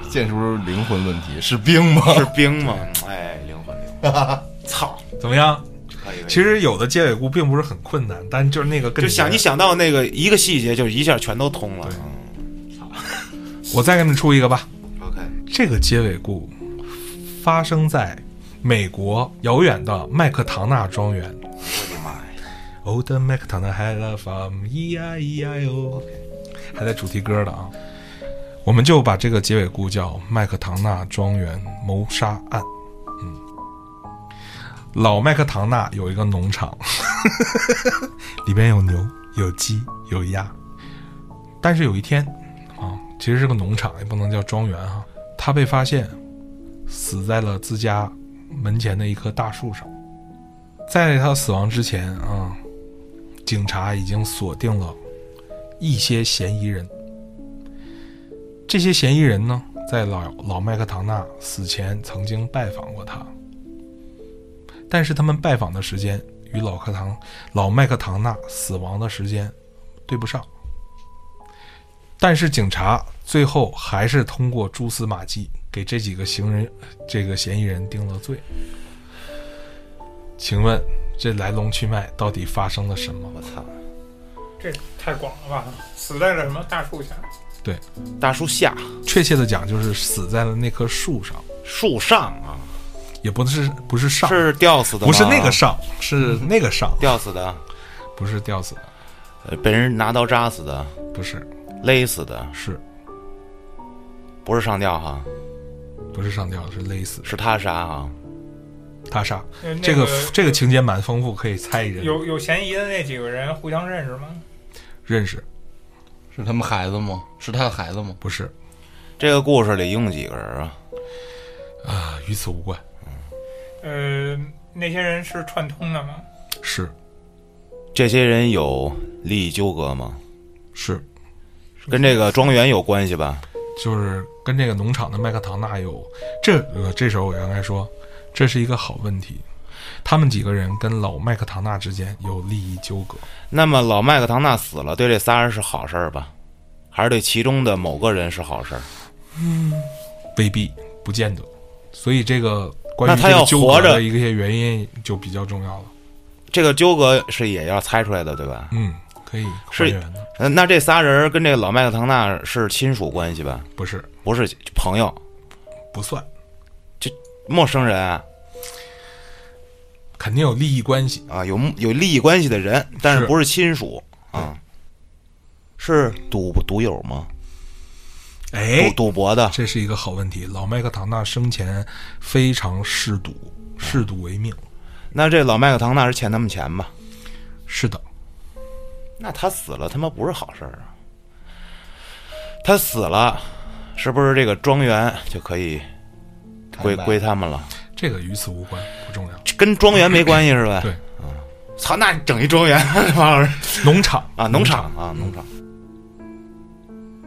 建叔灵魂问题是冰吗？
是 冰吗？哎，灵魂灵魂，操！
怎么样？
可以可以
其实有的结尾故并不是很困难，但就是那个跟
就想你，想到那个一个细节，就一下全都通了。嗯
我再给你出一个吧。
OK，
这个结尾故发生在美国遥远的麦克唐纳庄园。
我的妈呀！
Old Mac 躺在 High Love from E I E I O，还在主题歌的啊。我们就把这个结尾故叫《麦克唐纳庄园谋杀案》。嗯，老麦克唐纳有一个农场，里边有牛、有鸡、有鸭。但是有一天啊，其实是个农场，也不能叫庄园啊。他被发现死在了自家门前的一棵大树上。在他死亡之前啊、警察已经锁定了一些嫌疑人。这些嫌疑人呢，在老老麦克唐纳死前曾经拜访过他，但是他们拜访的时间与老克唐老麦克唐纳死亡的时间对不上。但是警察最后还是通过蛛丝马迹给这几个行人这个嫌疑人定了罪。请问这来龙去脉到底发生了什么？
我操！
这太广了吧？死在了什么大树下？
大树下，
确切的讲，就是死在了那棵树上，
树上啊，
也不是不是上，
是吊死的吗，
不是那个上，是那个上，
吊死的，
不是吊死的，
呃被人拿刀扎死的，
不是，
勒死的，
是
不是上吊哈，
不是上吊，是勒死的
是他杀啊。
他杀。
呃那
这个
那
这个情节蛮丰富，可以猜一人
有有嫌疑的那几个人互相认识吗？
认识，
是他们孩子吗？是他的孩子吗？
不是
这个故事里一共几个人啊？
啊，与此无关，
呃，那些人是串通的吗？
是
这些人有利益纠葛吗？
是，
跟这个庄园有关系吧？
就是跟这个农场的麦克唐纳有这呃，这时候我应该说，这是一个好问题。他们几个人跟老麦克唐纳之间有利益纠葛，
那么老麦克唐纳死了，对这仨人是好事儿吧？还是对其中的某个人是好事儿？
未必不见得。所以这个关于
那他
这个
要
纠
活
葛
着
的一些原因就比较重要了。
这个纠葛是也要猜出来的，对吧？
嗯，可以还
是
原的，
嗯，那这仨人跟这个老麦克唐纳是亲属关系吧？
不是
不是朋友，
不算，
陌生人啊，
肯定有利益关系。
啊有有利益关系的人，但是
是
不是亲属啊？是赌赌友吗？
哎
赌，赌博的，
这是一个好问题。老麦克唐纳生前非常嗜赌，嗜赌为命。
那这老麦克唐纳是欠他们钱吧？
是的，
那他死了，他妈不是好事儿啊！他死了，是不是这个庄园就可以归归他们了？
这个与此无关，不重要。
跟庄园没关系是吧？
对
啊，操，那整一庄园， 王老师
农场
啊，农场啊，农场，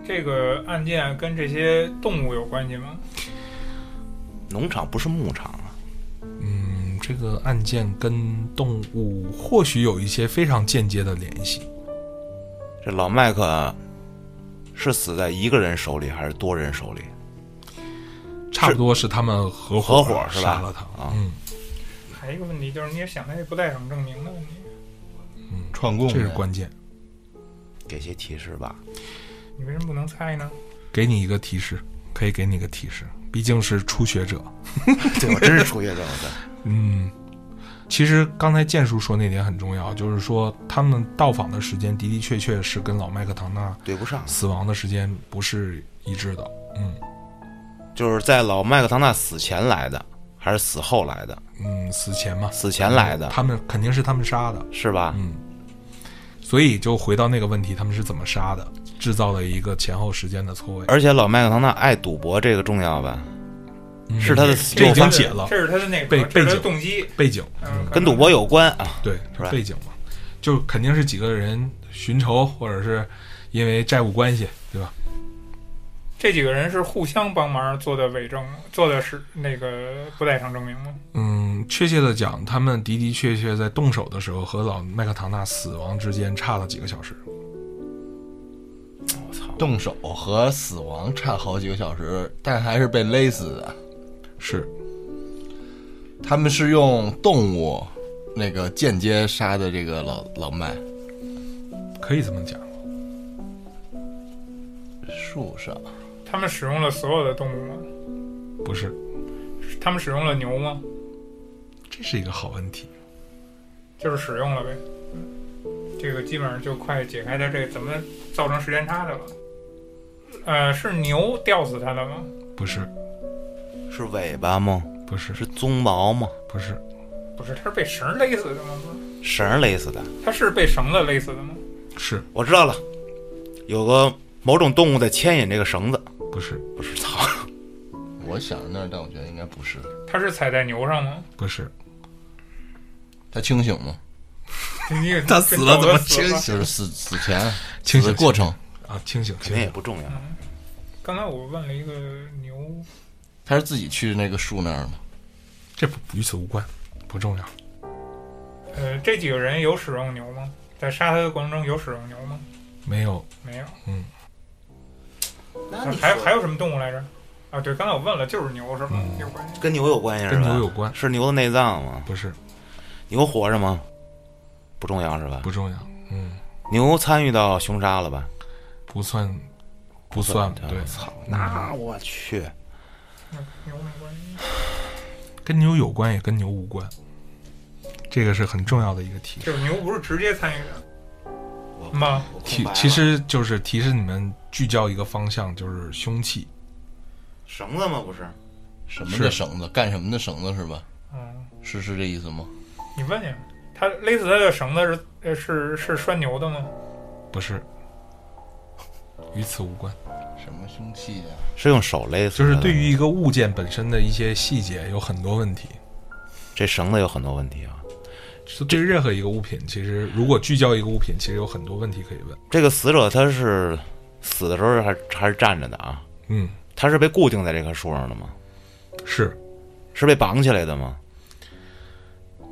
这个案件跟这些动物有关系吗？
农场不是牧场啊，
嗯，这个案件跟动物或许有一些非常间接的联系。
这老麦克是死在一个人手里还是多人手里？
差不多是他们合
合
伙
伙是吧
杀了他。
啊
嗯，
还有一个问题就是，你也想那个不在场证明的问题。
串供呗
这是关键。
给些提示吧。
你为什么不能猜呢？
给你一个提示，可以给你一个提示，毕竟是初学者。
对我真是出血症了，
嗯，其实刚才建叔说那点很重要，就是说他们到访的时间的的确确是跟老麦克唐纳
对不上。
死亡的时间不是一致的。嗯
就是在老麦克唐纳死前来的，还是死后来的？
嗯，死前嘛，
死前来的
他们肯定是他们杀的。
是吧？
嗯，所以就回到那个问题，他们是怎么杀的？制造了一个前后时间的错位，
而且老麦克唐纳爱赌博，这个重要吧？
嗯
是他的
这已
诱
经
发
解了
这是他的那个
背
这是他
背
的
景
动机，
背景，
嗯，
跟赌博有关啊。
对，
是吧
背景嘛，就肯定是几个人寻仇，或者是因为债务关系，对吧？
这几个人是互相帮忙做的伪证，做的是那个不在场证明吗？
嗯，确切的讲，他们的的确确在动手的时候和老麦克唐纳死亡之间差了几个小时。
我操！
动手和死亡差好几个小时，但还是被勒死的。
是
他们是用动物那个间接杀的这个老老麦，
可以这么讲，
树上
他们使用了所有的动物吗？
不是？
他们使用了牛吗？
这是一个好问题。
就是使用了呗。嗯这个基本上就快解开它这个怎么造成时间差的了。呃，是牛吊死他的吗？
不是，
是尾巴吗？
不是，
是鬃毛吗？
不是，
不是，他是被绳勒死的吗？不是，
绳儿勒死的。
他是被绳子勒死的吗？
是
我知道了，有个某种动物在牵引这个绳子。
不是？
不是操，
我想着那儿，但我觉得应该不是。
他是踩在牛上吗？
不是，
他清醒吗？
你以为
他死了
跟狗
怎么
子死了
清
就是死死 前
清
死
醒
的过程，
啊，清醒，
肯
清
定也
醒，
不重要。
刚才我问了一个牛，
他是自己去那个树那儿吗？
这不与此无关，不重要。
呃，这几个人有使用牛吗？在杀他的过程中有使用牛吗？
没有，
没有。
那
还还有什么动物来着？啊，啊，对，刚才我问了，就是牛是吗？
嗯
有关系。
跟牛有关系是吧？
跟牛有关，
是牛的内脏吗？
不是
牛活着吗？不重要是吧？
不重要，嗯，
牛参与到凶杀了吧？
不算，不算，对嗯
我，操，那我去，
牛没关系。
跟牛有关也跟牛无关，这个是很重要的一个题。
就是牛不是直接参与的吗？
我空
其
白了
其实就是提示你们聚焦一个方向，就是凶器。
绳子吗？不是，
什么的绳子，干什么的绳子是吧？
嗯，
是是这意思吗？
你问呀，他勒死他的绳子是呃是是拴牛的吗？
不是，与此无关。
什么凶器呀、
是用手勒死
就
的。
是对于一个物件本身的一些细节有很多问题。
这绳子有很多问题啊。
对于任何一个物品，其实如果聚焦一个物品，其实有很多问题可以问。
这个死者他是死的时候还还是站着的啊？
嗯，
他是被固定在这棵树上的吗？
是，
是被绑起来的吗？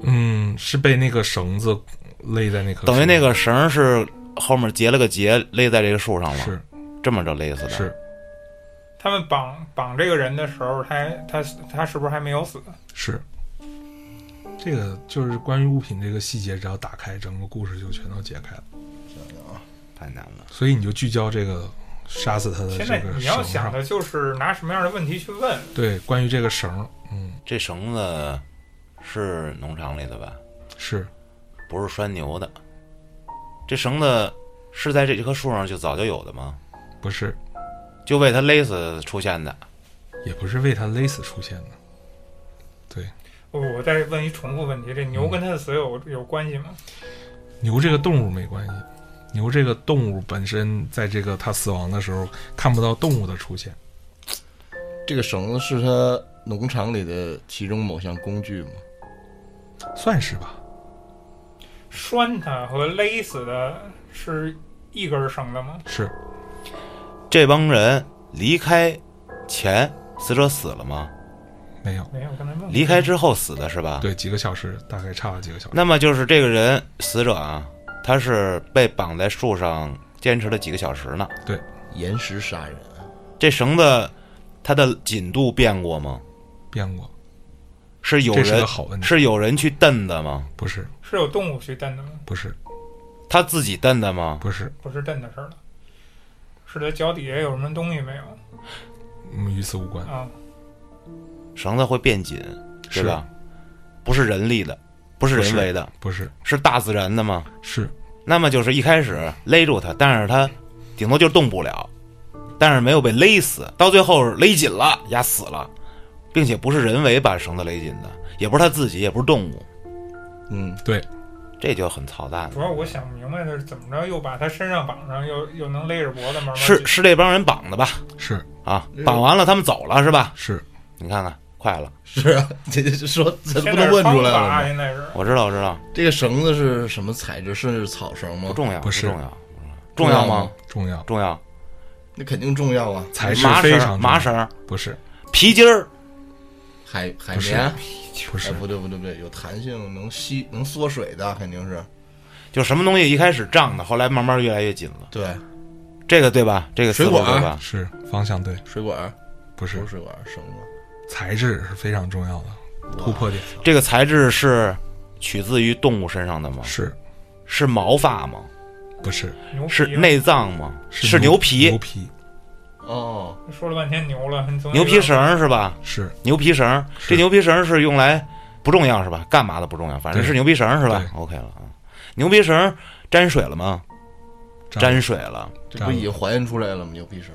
嗯，是被那个绳子勒在那棵树上，
等于那个绳是后面结了个结，勒在这个树上了，
是
这么着勒死的。
是
他们绑绑这个人的时候，他还他他是不是还没有死？
是，这个就是关于物品这个细节，只要打开，整个故事就全都解开了。
太难了。
所以你就聚焦这个杀死他的
现
呃这
在
个
你
绳
要想
上，
的就是拿什么样的问题去问，
对，关于这个绳儿，嗯，
这绳子是农场里的吧？
是
不是拴牛的。这绳子是在这棵树上就早就有的吗？
不是
就为他勒死出现的。
也不是为他勒死出现的？
我我再问一重复问题：这
嗯
牛跟他的死有有关系吗？
牛这个动物没关系，牛这个动物本身在这个它死亡的时候看不到动物的出现，
这个绳子是他农场里的其中某项工具吗？
算是吧？
拴他和勒死的是一根绳子吗？
是
这帮人离开前，死者死了吗？
没有？
没有，刚才问
离开之后死的是吧？。
对，几个小时，大概差了几个小时，
那么就是这个人死者啊，他是被绑在树上坚持了几个小时呢。
岩石杀人啊，
这绳子它的紧度变过吗？
变过，
是有
这是
人
个好问题，
是有人去蹬的吗？
不是？
是有动物去蹬的吗？
不是，
他自己蹬的吗？
不是，
不是蹬的事儿了，是他脚底下有什么东西没有
嗯，与此无关，
啊？
绳子会变紧，对
是
吧？不是人力的，不是人为的，
不是？
是大自然的吗？
是
那么就是一开始勒住他，但是他顶多就是动不了，但是没有被勒死，到最后勒紧了，压死了，并且不是人为把绳子勒紧的，也不是他自己，也不是动物，
嗯，
对，
这就很操蛋了。
主要我想不明白的是怎么着又把他身上绑上，又又能勒着脖子慢慢
是
解
是这帮人绑的吧？
是
啊，绑完了他们走了是吧？
是，
你看看，快了，
是啊，这这说这
现
不
在
能
是
问出来
方法啊
了吗？
现在是
我知道，我知道，
这个绳子是什么材质？是草绳
不
吗？
重要，
嗯不是
重要，嗯重要吗？？
重要，
重要，
那肯定重要啊！
才是
麻
非常
绳、麻
重要，
绳、
不是，
皮筋儿，
海海
哎
不是
绵，
不是
哎，，不对不对不对，有弹性，能吸能缩水的肯定是
就什么东西一开始胀的，后来慢慢越来越紧了，
对
这个对吧？这个思路
水果
啊
对吧？
是方向对，
水管，
不
不
是
是水管绳子，
材质是非常重要的突破点，
这个材质是取自于动物身上的吗？
是
是毛发吗？
不是？
牛皮啊
是内脏吗？是
牛
皮
牛，皮
哦，
说了半天牛了，你总
牛皮
有
绳儿是吧？
是
牛皮绳儿，
是
这牛皮绳儿是用来不重要是吧？干嘛的不重要，反正
对
是牛皮绳儿是吧？OK 了啊，牛皮绳儿沾水了吗？沾水了，
这
炸
不
了
已经还原出来了吗？牛皮绳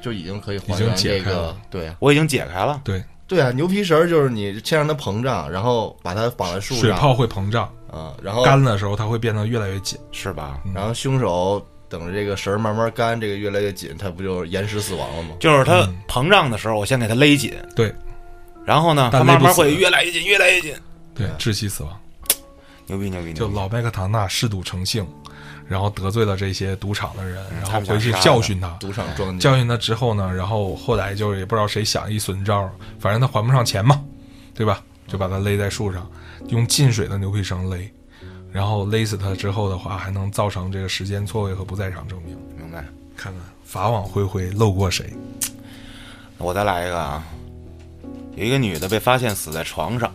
就已经可以还
已经
原
解
这
开
个
了，
对啊
我已经解开了。
对啊，牛皮绳就是你先让它膨胀，然后把它绑在树
水
上
泡会膨胀，
啊，
哦
然后
干的时候它会变得越来越紧。
是吧？
嗯
然后凶手等着这个绳儿慢慢干，这个越来越紧，他不就延时死亡了吗？
就是它
嗯
膨胀的时候，我先给它勒紧，
对
然后呢，
但
它
勒
慢
不
慢
死
会越来越紧，越来越紧。
对，
嗯
对
窒息死亡。
牛逼牛逼！
就
牛逼
老麦克唐纳嗜赌成性，然后得罪了这些赌场的人，
嗯
然
他
后
们
回去
想杀
教训他。
赌场庄家
教训他之后呢，然后后来就也不知道谁想一损招，反正他还不上钱嘛，对吧？就把他勒在树上，用进水的牛皮绳勒，然后勒死他之后的话，还能造成这个时间错位和不在场证明。
明白。
看看法网恢恢，漏过谁？
我再来一个啊，有一个女的被发现死在床上，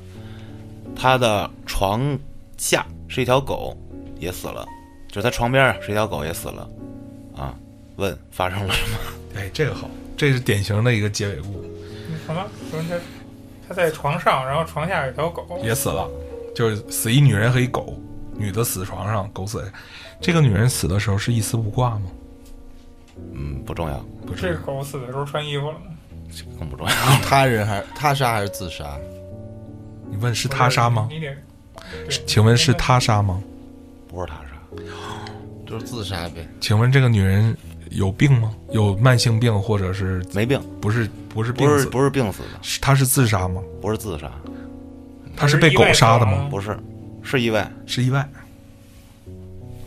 她的床下是一条狗，也死了，就是她床边啊是一条狗也死了，啊，问发生了什 么？
哎，这个好，这是典型的一个结尾故，
什么？什么？他他在床上，然后床下有条狗，
也死了，就是死一女人和一狗，女的死床上，狗死。这个女人死的时候是一丝不挂吗？
嗯，不重要，
不
这
是，
狗死的时候穿衣服了吗？
这更不重要。
他人还他杀还是自杀？
你问是他杀吗？
你得，对
请问是他杀吗？
不是他杀，
就是自杀呗。
请问这个女人有病吗？有慢性病或者是
没病，
不是不是病
不是
死？
不是病死的，
是她是自杀吗？
不是自杀，
她是被狗杀的吗？
不是，是意外。
是意外。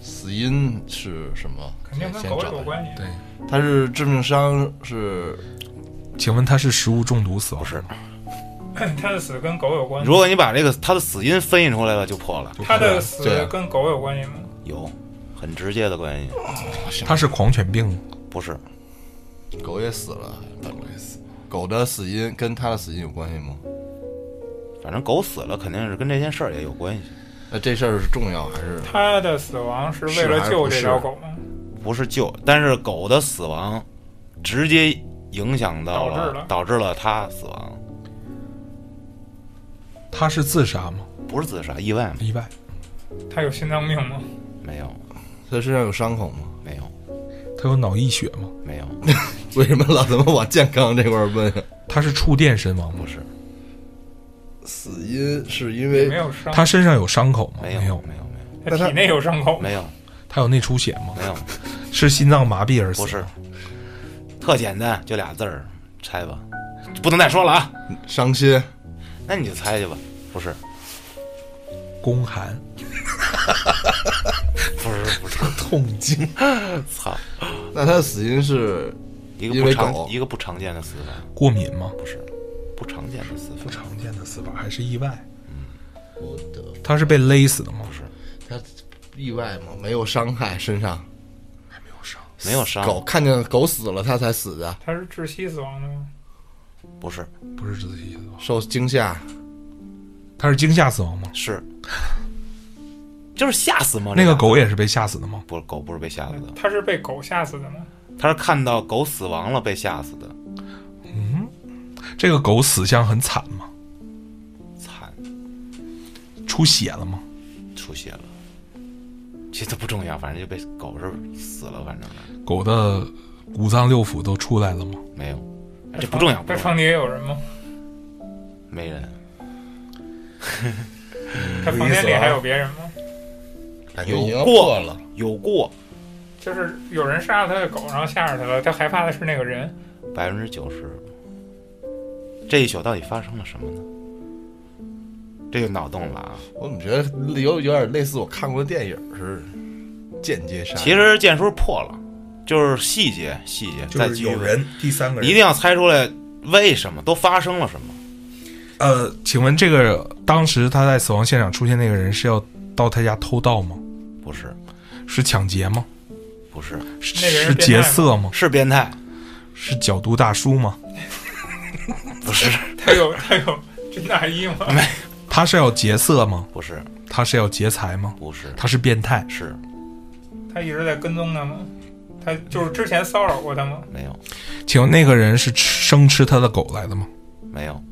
死因是什么？
肯定跟
先
狗
找
有
一下。
关系。
对，
他是致命伤是
请问她是食物中毒死亡？
不是，
他的死跟狗有关系
如。果你把这个他的死因分析出来了，就破了，
他的死
对啊
跟狗有关系吗？
有很直接的关系。
她是狂犬病吗，
不是，
狗也死了，狗也死。狗的死因跟他的死因有关系吗？
反正狗死了肯定是跟这件事儿也有关系，
那这事儿是重要还是
他的死亡是为
是
了
还是
救
不
这
是
条狗吗？
不是救，但是狗的死亡直接影响到
导致
了
了
导致了它死亡，
她是自杀吗？
不是自杀，意外吗？
意外。
他有心脏病吗？
没有，
他身上有伤口吗？
没有，
她有脑溢血吗？
没有，
为什么老他妈往健康这块儿问啊？
她是触电身亡吗
不？是，
死因是因
也
为
没有伤，
她身上有伤口吗？
没有，
没
没
有
有，。没有，
他体内有伤口吗。
没有，
她有内出血吗？
没有，
是心脏麻痹而死？
不是，特简单，就俩字儿，猜吧，不能再说了啊，
伤心，
那你就猜去吧，不是，
宫寒、
不是，不是，
痛经。
操，
那他的死因是
一个
因
不
为
常
狗
一个不常见的死法，
过敏吗？
不是，不常见的死
不
法，
常见的死法，还是意外。他是被勒死的吗？不是，
呃他意外吗？没有伤害身上，
没有伤。
没有伤，
狗看见狗死了，他才死的，
他是窒息死亡的吗？
不是，
不是窒息死亡，
受惊吓。
他是惊吓死亡吗？
是， 就是吓死吗？
那
这
个
俩
狗也是被吓死的吗？
不是狗不是被吓死的，
他是被狗吓死的吗？
他是看到狗死亡了被吓死的，
这个狗死相很惨吗？
惨，
出血了吗？
出血了。其实都不重要，反正就被狗是死了，反正是
狗的五脏六腑都出来了吗？
没有，哎这不重要，不
他
重要
床底下有人吗？
没人，
他房间里还有别人吗？
感觉已经
有
要
过
破了，，
有过
就是有人杀了他的狗，然后吓着他了，他害怕的是那个人。
百分之九十。这一宿到底发生了什么呢？这就脑洞了啊！
我怎么觉得有有点类似我看过的电影似的，间接杀人。
其实剑叔破了，就是细节，细节再继续问，
第三个
一定要猜出来为什么都发生了什么。
呃，请问这个当时他在死亡现场出现那个人是要到他家偷盗吗？
不是，
是抢劫吗？
不是，
是
那个人是
是
变态
劫
吗
色吗？
是变态，
是角度大叔吗？
不是，
他有他有军大衣吗？
他是要劫色吗？
不是，
他是要劫财吗？
不是，
他是变态，
是
他一直在跟踪他吗？他就是之前骚扰过他吗？
没有，
请问那个人是吃生吃他的狗来的吗？
没有，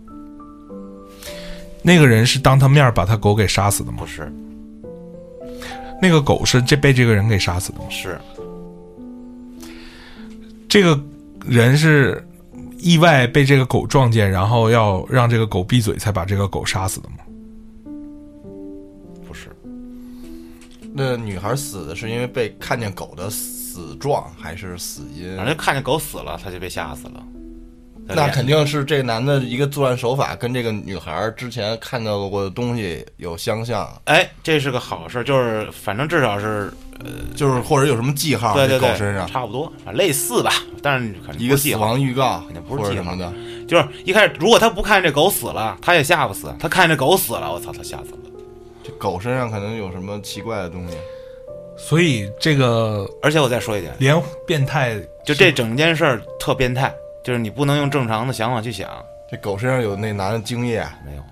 那个人是当他面把他狗给杀死的吗
不？是，
那个狗是这被这个人给杀死的吗？
是
这个人是意外被这个狗撞见，然后要让这个狗闭嘴才把这个狗杀死的吗？
不是？
那女孩死的是因为被看见狗的死状，还是死因？
反正看见狗死了，他就被吓死了。
那肯定是这男的一个作案手法跟这个女孩之前看到过的东西有相像，
哎，这是个好事，就是反正至少是
就是或者有什么记号
对对
在啊
对，
狗身上，
差不多，啊类似吧，但是肯定
一
不
个
是
死
计划
亡预告
肯定不
或
是
者
计
什
划
么的。
就是一开始，如果他不看这狗死了，他也吓不死；他看这狗死了，我操，他吓死了。
这狗身上可能有什么奇怪的东西，
所以这个
而且我再说一点，
连变态
就这整件事儿特变态，就是你不能用正常的想法去想，
这狗身上有那男的精液，
没有，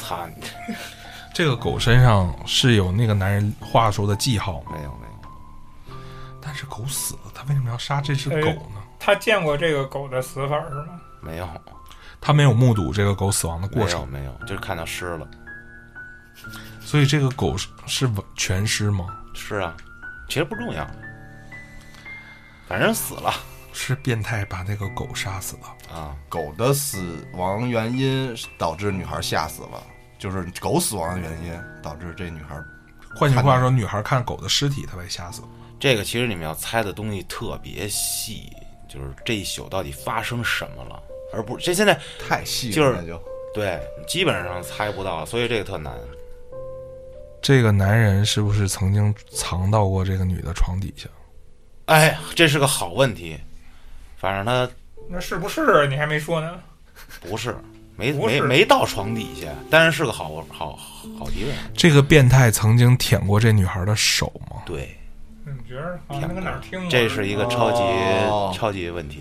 操你，
这个狗身上是有那个男人画出的记号吗？
没有没有，
但是狗死了，他为什么要杀这只狗呢？
他见过这个狗的死法是吗？
没有，
他没有目睹这个狗死亡的过
没有
程，
没有，就是看到尸了，
所以这个狗是是完全尸吗？
是啊，其实不重要，反正死了
是变态把那个狗杀死了。
啊，
狗的死亡原因是导致女孩吓死了，就是狗死亡的原因导致这女孩
换句话说，女孩看狗的尸体，她被吓死了。
这个其实你们要猜的东西特别细，就是这一宿到底发生什么了，而不这现在
太细了，
就是
那就
对基本上猜不到，所以这个特难，
这个男人是不是曾经藏到过这个女的床底下？
哎，这是个好问题，反正他
那是不是你还没说呢？
不是。没
不是
没没到床底下，但是是个好好好提问。
这个变态曾经舔过这女孩的手吗？
对，
嗯，觉得好
天
像搁
哪
哪儿听啊过。
这是一个超级、
哦
超级问题。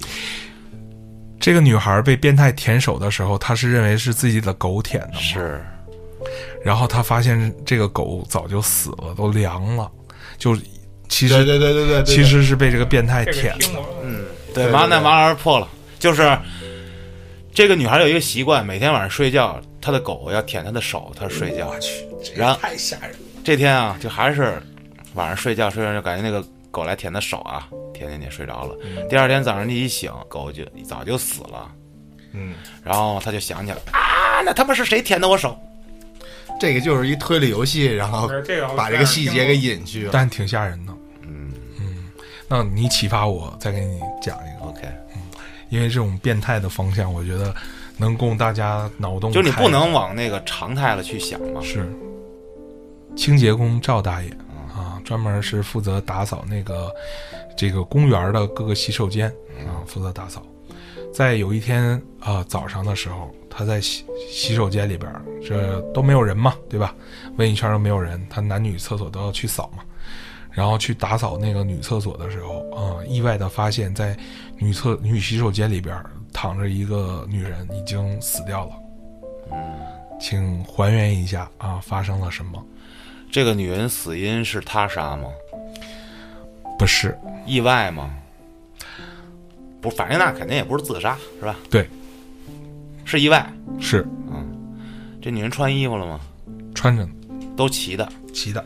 这个女孩被变态舔手的时候，她是认为是自己的狗舔的吗？
是，
然后他发现这个狗早就死了，都凉了，就其实
对对对对对，对
其实是被这个变态
这个
舔
听过
的。，
嗯，
对对
马那
对
马老师破了，就是这个女孩有一个习惯，每天晚上睡觉，她的狗要舔她的手，她睡觉。
去，
然后
太吓人了。
这天啊，就还是晚上睡觉，睡着就感觉那个狗来舔她手啊，舔舔舔睡着了。第二天早上你一醒，狗就早就死了，
嗯，
然后她就想起来啊，那他妈是谁舔的我手？
这个就是一推理游戏，然后
对这个好像
哦把这个细节给引去了。
但挺吓人的。
嗯
那你启发我，再给你讲一个，
，OK，
因为这种变态的方向，我觉得能供大家脑洞开。
就你不能往那个常态了去想嘛。
是清洁工赵大爷
嗯
啊，专门是负责打扫那个这个公园的各个洗手间啊，负责打扫。在有一天啊、早上的时候，他在洗洗手间里边儿，这都没有人嘛，对吧？问一圈都没有人，他男女厕所都要去扫嘛。然后去打扫那个女厕所的时候，啊、意外的发现，在女厕女洗手间里边儿躺着一个女人，已经死掉了。请还原一下啊，发生了什么？
这个女人死因是他杀吗？
不是，
意外吗？不，反正那肯定也不是自杀，是吧？
对，
是意外。
是
嗯，这女人穿衣服了吗？
穿着
都齐的，
骑的，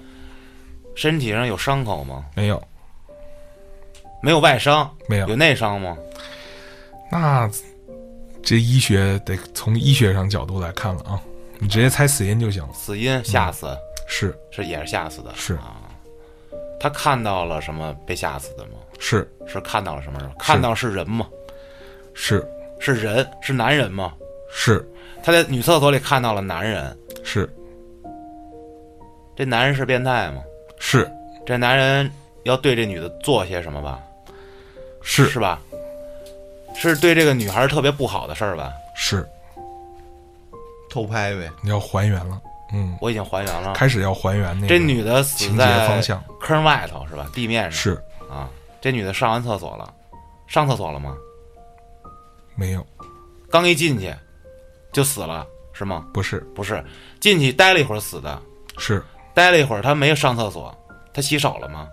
身体上有伤口吗？
没有，
没有外伤，
没有
有。内伤吗？
那这医学得从医学上角度来看了啊，你直接猜死因就行了。
死因吓死，
是
是也是吓死的，
嗯是
啊。她看到了什么被吓死的吗？
是
是看到了什么？看到是人吗？
是
是人，是男人吗？
是
她在女厕所里看到了男人，
是
这男人是变态吗？
是
这男人要对这女的做些什么吧？
是
吧？是对这个女孩特别不好的事儿吧？
是，
偷拍呗，
你要还原了，嗯，
我已经还原了，
开始要还原那个
这啊女的死
情节
在
方向
坑外头是吧？地面上
是
啊，这女的上完厕所了，上厕所了吗？
没有，
刚一进去就死了是吗？
不是
不是，进去待了一会儿死的，
是
待了一会儿她没有上厕所，她洗手了吗？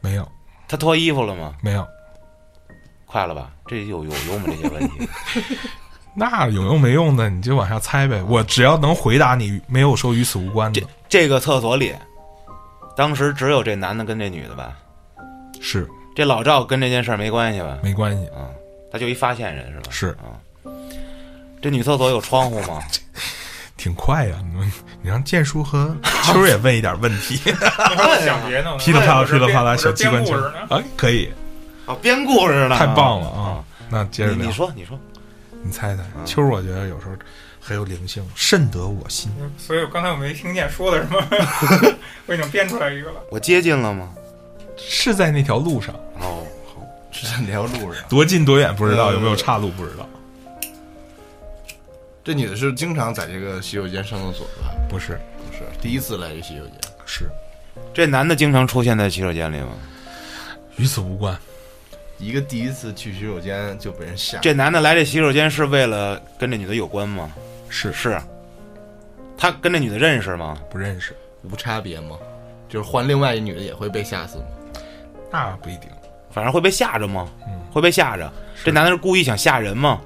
没有
她脱衣服了吗？
没有，
快了吧？这有有有我们这些问 题，
那有用没用的你就往下猜呗，我只要能回答你，没有说与此无关的
这，这个厕所里，当时只有这男的跟这女的吧？
是
这老赵跟这件事儿没关系吧？
没关系，
啊，他就一发现人是吧？
是
啊。这女厕所有窗户吗？
挺快呀、你们你让建叔和秋儿也问一点问题，
你还想别呢？
噼里啪啦噼里啪啦
我这
小机关
编故
枪
事呢，
啊，可以，
啊，编故事呢
太棒了啊！！那接着
你
聊啊
你，说，你说，
你猜猜，秋儿我觉得有时候很有灵性，甚得我心。
所以我刚才我没听见说的什么，我已经编出来一个了。
我接近了吗？
是在那条路上，
哦，
是在那条路上。
多近多远不知道，
嗯
有没有岔路不知道，
这女的是经常在这个洗手间上厕所吧？
不是，
不是，第一次来这洗手间。
是
这男的经常出现在洗手间里吗？
与此无关，
一个第一次去洗手间就被人吓，
这男的来这洗手间是为了跟这女的有关吗？
是
是，他跟这女的认识吗？
不认识，
无差别吗？就是换另外一女的也会被吓死吗？
那不一定，
反正会被吓着吗？
嗯
会被吓着。这男的是故意想吓人吗？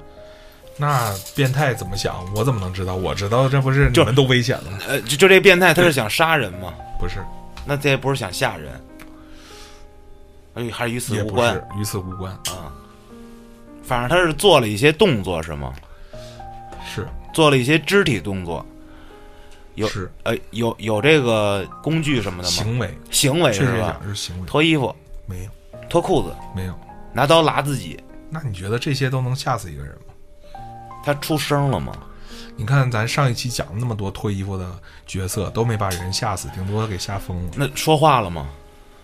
那变态怎么想？我怎么能知道？我知道这不是你
就
们都危险了，
呃，就就这变态他是想杀人吗？
不是，
那这也不是想吓人，哎还是与此
也
无
不
关
是，与此无关，
啊。反正他是做了一些动作是吗？
是
做了一些肢体动作，有
是
呃，有有这个工具什么的吗？
行为，
行为
确
是
实
吧
讲？是行为，
脱衣服、
没有
脱裤子、
没有。
拿刀剌自己，
那你觉得这些都能吓死一个人吗？
他出声了吗？
你看咱上一期讲了那么多脱衣服的角色，都没把人吓死，顶多给吓疯了。
那说话了吗？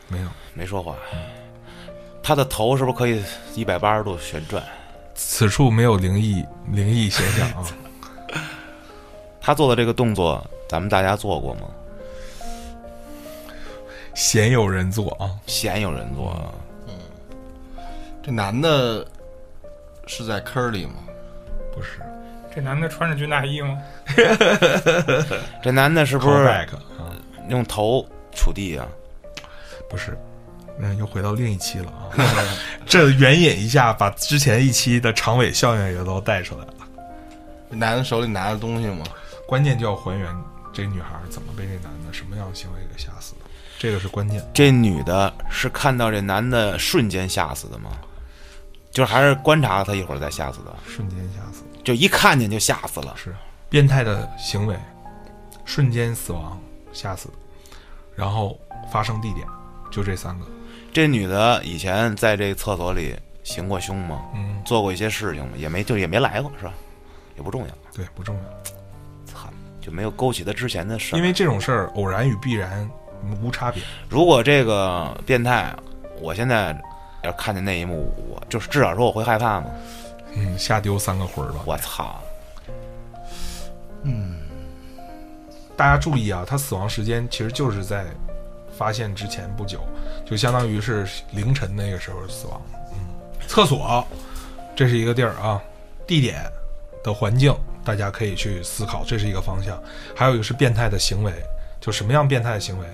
没有，
没说话。他的头是不是可以一百八十度旋转？
此处没有灵异灵异现象 啊。
他做的这个动作，咱们大家做过吗？
鲜有人做啊，
鲜有人做，
这男的是在坑里吗？
不是
这男的穿着军大衣吗？
这男的是不
call
是
back 啊，
用头杵地啊？
不是，嗯，又回到另一期了啊。 这援引一下，把之前一期的长尾效应也都带出来了。
这男的手里拿着东西吗？
关键就要还原这女孩怎么被这男的什么样的行为给吓死的，这个是关键。
这女的是看到这男的瞬间吓死的吗？就是还是观察他一会儿再吓死的，
瞬间吓死
就一看见就吓死了。
是变态的行为，瞬间死亡吓死的，然后发生地点就这三个。
这女的以前在这厕所里行过凶吗？
嗯，
做过一些事情吗？也没，就也没来过，是吧？也不重要，
对，不重要，
惨，就没有勾起他之前的事儿
因。为这种事儿偶然与必然无差别。
如果这个变态，我现在要看见那一幕，我就是至少说我会害怕吗？
嗯，吓丢三个魂儿吧。
我操！
大家注意啊，他死亡时间其实就是在发现之前不久，就相当于是凌晨那个时候死亡。嗯，厕所，这是一个地儿啊，地点的环境大家可以去思考，这是一个方向。还有一个是变态的行为，就什么样变态的行为，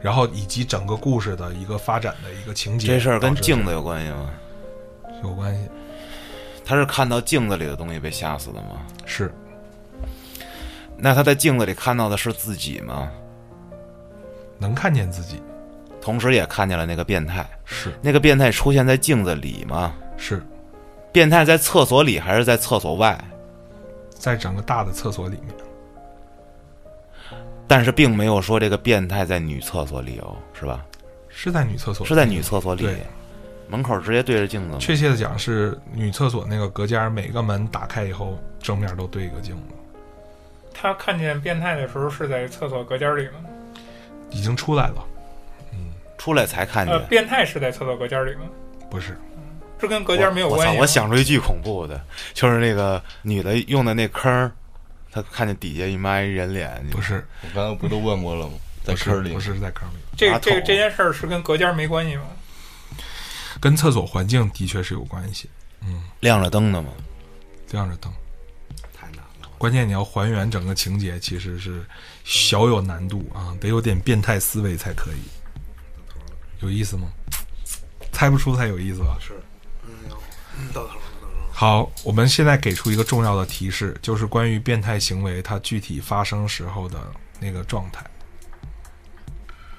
然后以及整个故事的一个发展的一个情节。
这事儿跟
导致
镜子有关系吗？
有关系，
他是看到镜子里的东西被吓死的吗？
是
那他在镜子里看到的是自己吗？
能看见自己，
同时也看见了那个变态。
是
那个变态出现在镜子里吗？
是
变态在厕所里还是在厕所外？
在整个大的厕所里面，
但是并没有说这个变态在女厕所里哦，是吧？
是在女厕所，
是在女厕所里
对，
门口直接对着镜子吗？
确切的讲，是女厕所那个隔间，每个门打开以后，正面都对一个镜子，
他看见变态的时候是在厕所隔间里吗？
已经出来了。
出来才看见
呃，。变态是在厕所隔间里吗？
不是，
这跟隔间没有
我
关
操！
系。啊
我，想出一句恐怖的，就是那个女的用的那坑儿，她看见底下一妈一人脸，
不是，
我刚才不都问过了吗？在
不是
坑，里
不是在坑里，
这
马
个
桶
这个这件事儿是跟隔间没关系吗？
跟厕所环境的确是有关系。
亮着灯的吗？
亮着灯，
太难了，
关键你要还原整个情节，其实是小有难度啊，得有点变态思维才可以。有意思吗？猜不出才有意思吧？是，嗯，到头了，到头了。好，我们现在给出一个重要的提示，就是关于变态行为它具体发生时候的那个状态。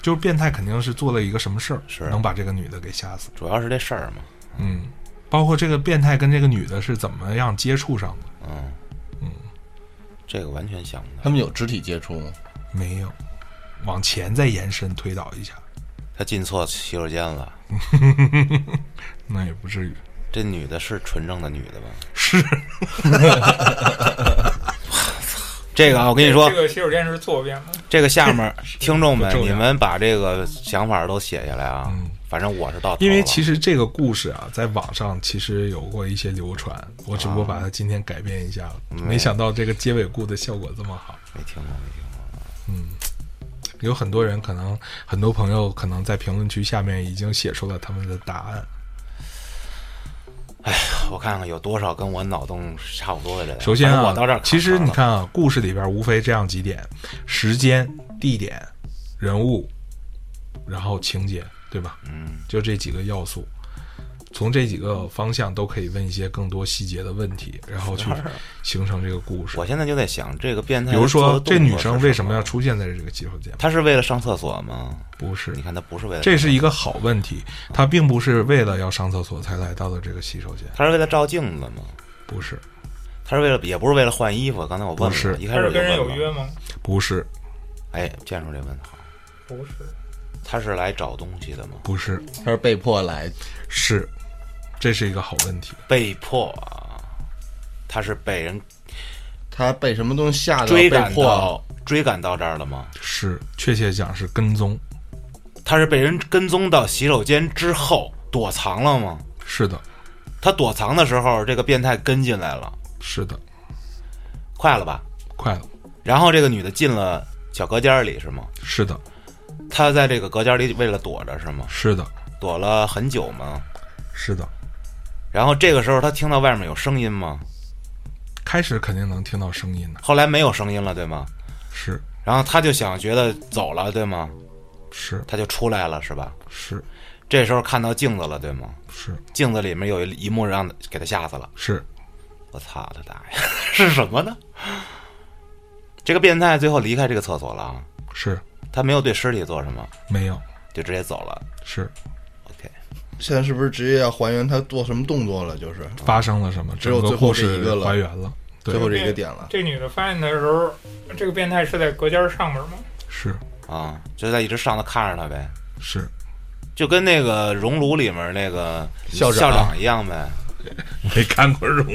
就是变态肯定是做了一个什么事儿，
是
能把这个女的给吓死。
主要是这事儿嘛。
嗯，包括这个变态跟这个女的是怎么样接触上的？
嗯
嗯，
这个完全想不到。
他们有肢体接触吗？
没有，往前再延伸推导一下，
他进错洗手间了，
那也不至于。
这女的是纯正的女的吧？
是
这个啊，我跟你说
这，个洗手间是坐便吗？
这个下面听众们
不，重
你
要
们把这个想法都写下来啊。反正我是到头
因为
了
其实这个故事啊，在网上其实有过一些流传，我只不过把它今天改变一下了。没想到这个结尾故的效果这么好，嗯
没听过，没听过。
有很多人可能，很多朋友可能在评论区下面已经写出了他们的答案。
我看看有多少跟我脑洞是差不多的人。
首先
反
啊，
正我到这儿，
其实你，看啊，故事里边无非这样几点：时间、地点、人物，然后情节，对吧？
嗯，
就这几个要素，从这几个方向都可以问一些更多细节的问题，然后去形成这个故事。
啊我现在就在想，这个变态，
比如说，这女生
啊
为什么要？出现在这个洗手间？
她是为了上厕所吗？
不是
你，看，她不是为了，
这是一个好问题。她并不是为了要上厕所才来到的这个洗手间，
她是为了照镜子吗？
不是，
她是为了，也不是为了换衣服。刚才我问
不
了
是，
一
他
开始
是
我就
跟人
问
有约
了。
吗？
不是，
哎，建出这问好，
不是，
她是来找东西的吗？
不是，
他是被迫来，
是，这是一个好问题。
被迫啊，她是被人
他被什么东西吓到，
追
被
赶
迫
到追赶到这儿了吗？
是，确切讲是跟踪。
她是被人跟踪到洗手间之后躲藏了吗？
是的，
她躲藏的时候，这个变态跟进来了，
是的，
快了吧？
快了，
然后这个女的进了小隔间里是吗？
是的，
她在这个隔间里为了躲着是吗？
是的，
躲了很久吗？
是的。
然后这个时候她听到外面有声音吗？
开始肯定能听到声音的，
后来没有声音了对吗？
是
然后她就想觉得走了对吗？
是
她就出来了是吧？
是
这时候看到镜子了对吗？
是
镜子里面有一一幕让给她吓死了。
是，
我操他大爷， 是什么呢？这个变态最后离开这个厕所了啊，
是
他没有对尸体做什么，
没有
就直接走了。
是
OK，
现在是不是直接要还原他做什么动作了？就是
发生了什么？
只有
整
最
个
后
故
这一个
事
了
还原了，对
最后这一个点了。
这女的发现的时候，这个变态是在隔间上面吗？
是
啊、就在一直上头看着他呗，
是
就跟那个熔炉里面那个
校长
校长一样呗，
没看过《 熔炉》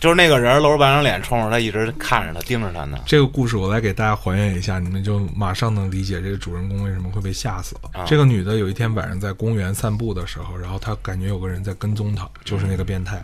就是那个人露着半张脸冲着他一直看着他盯着他呢。
这个故事，我来给大家还原一下，你们就马上能理解这个主人公为什么会被吓死了。
啊
这个女的有一天晚上在公园散步的时候，然后她感觉有个人在跟踪她，就是那个变态。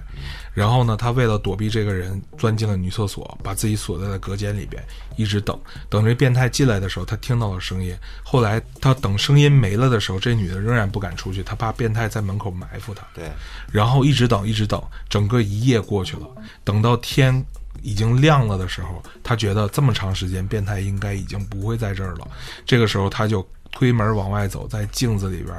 然后呢，她为了躲避这个人，钻进了女厕所，把自己锁在了隔间里边，一直等。等这变态进来的时候，她听到了声音。后来她等声音没了的时候，这女的仍然不敢出去，她怕变态在门口埋伏她。
对，
然后一直等，一直等，整个一夜过去了。等到天已经亮了的时候，他觉得这么长时间，变态应该已经不会在这儿了。这个时候，他就推门往外走，在镜子里边，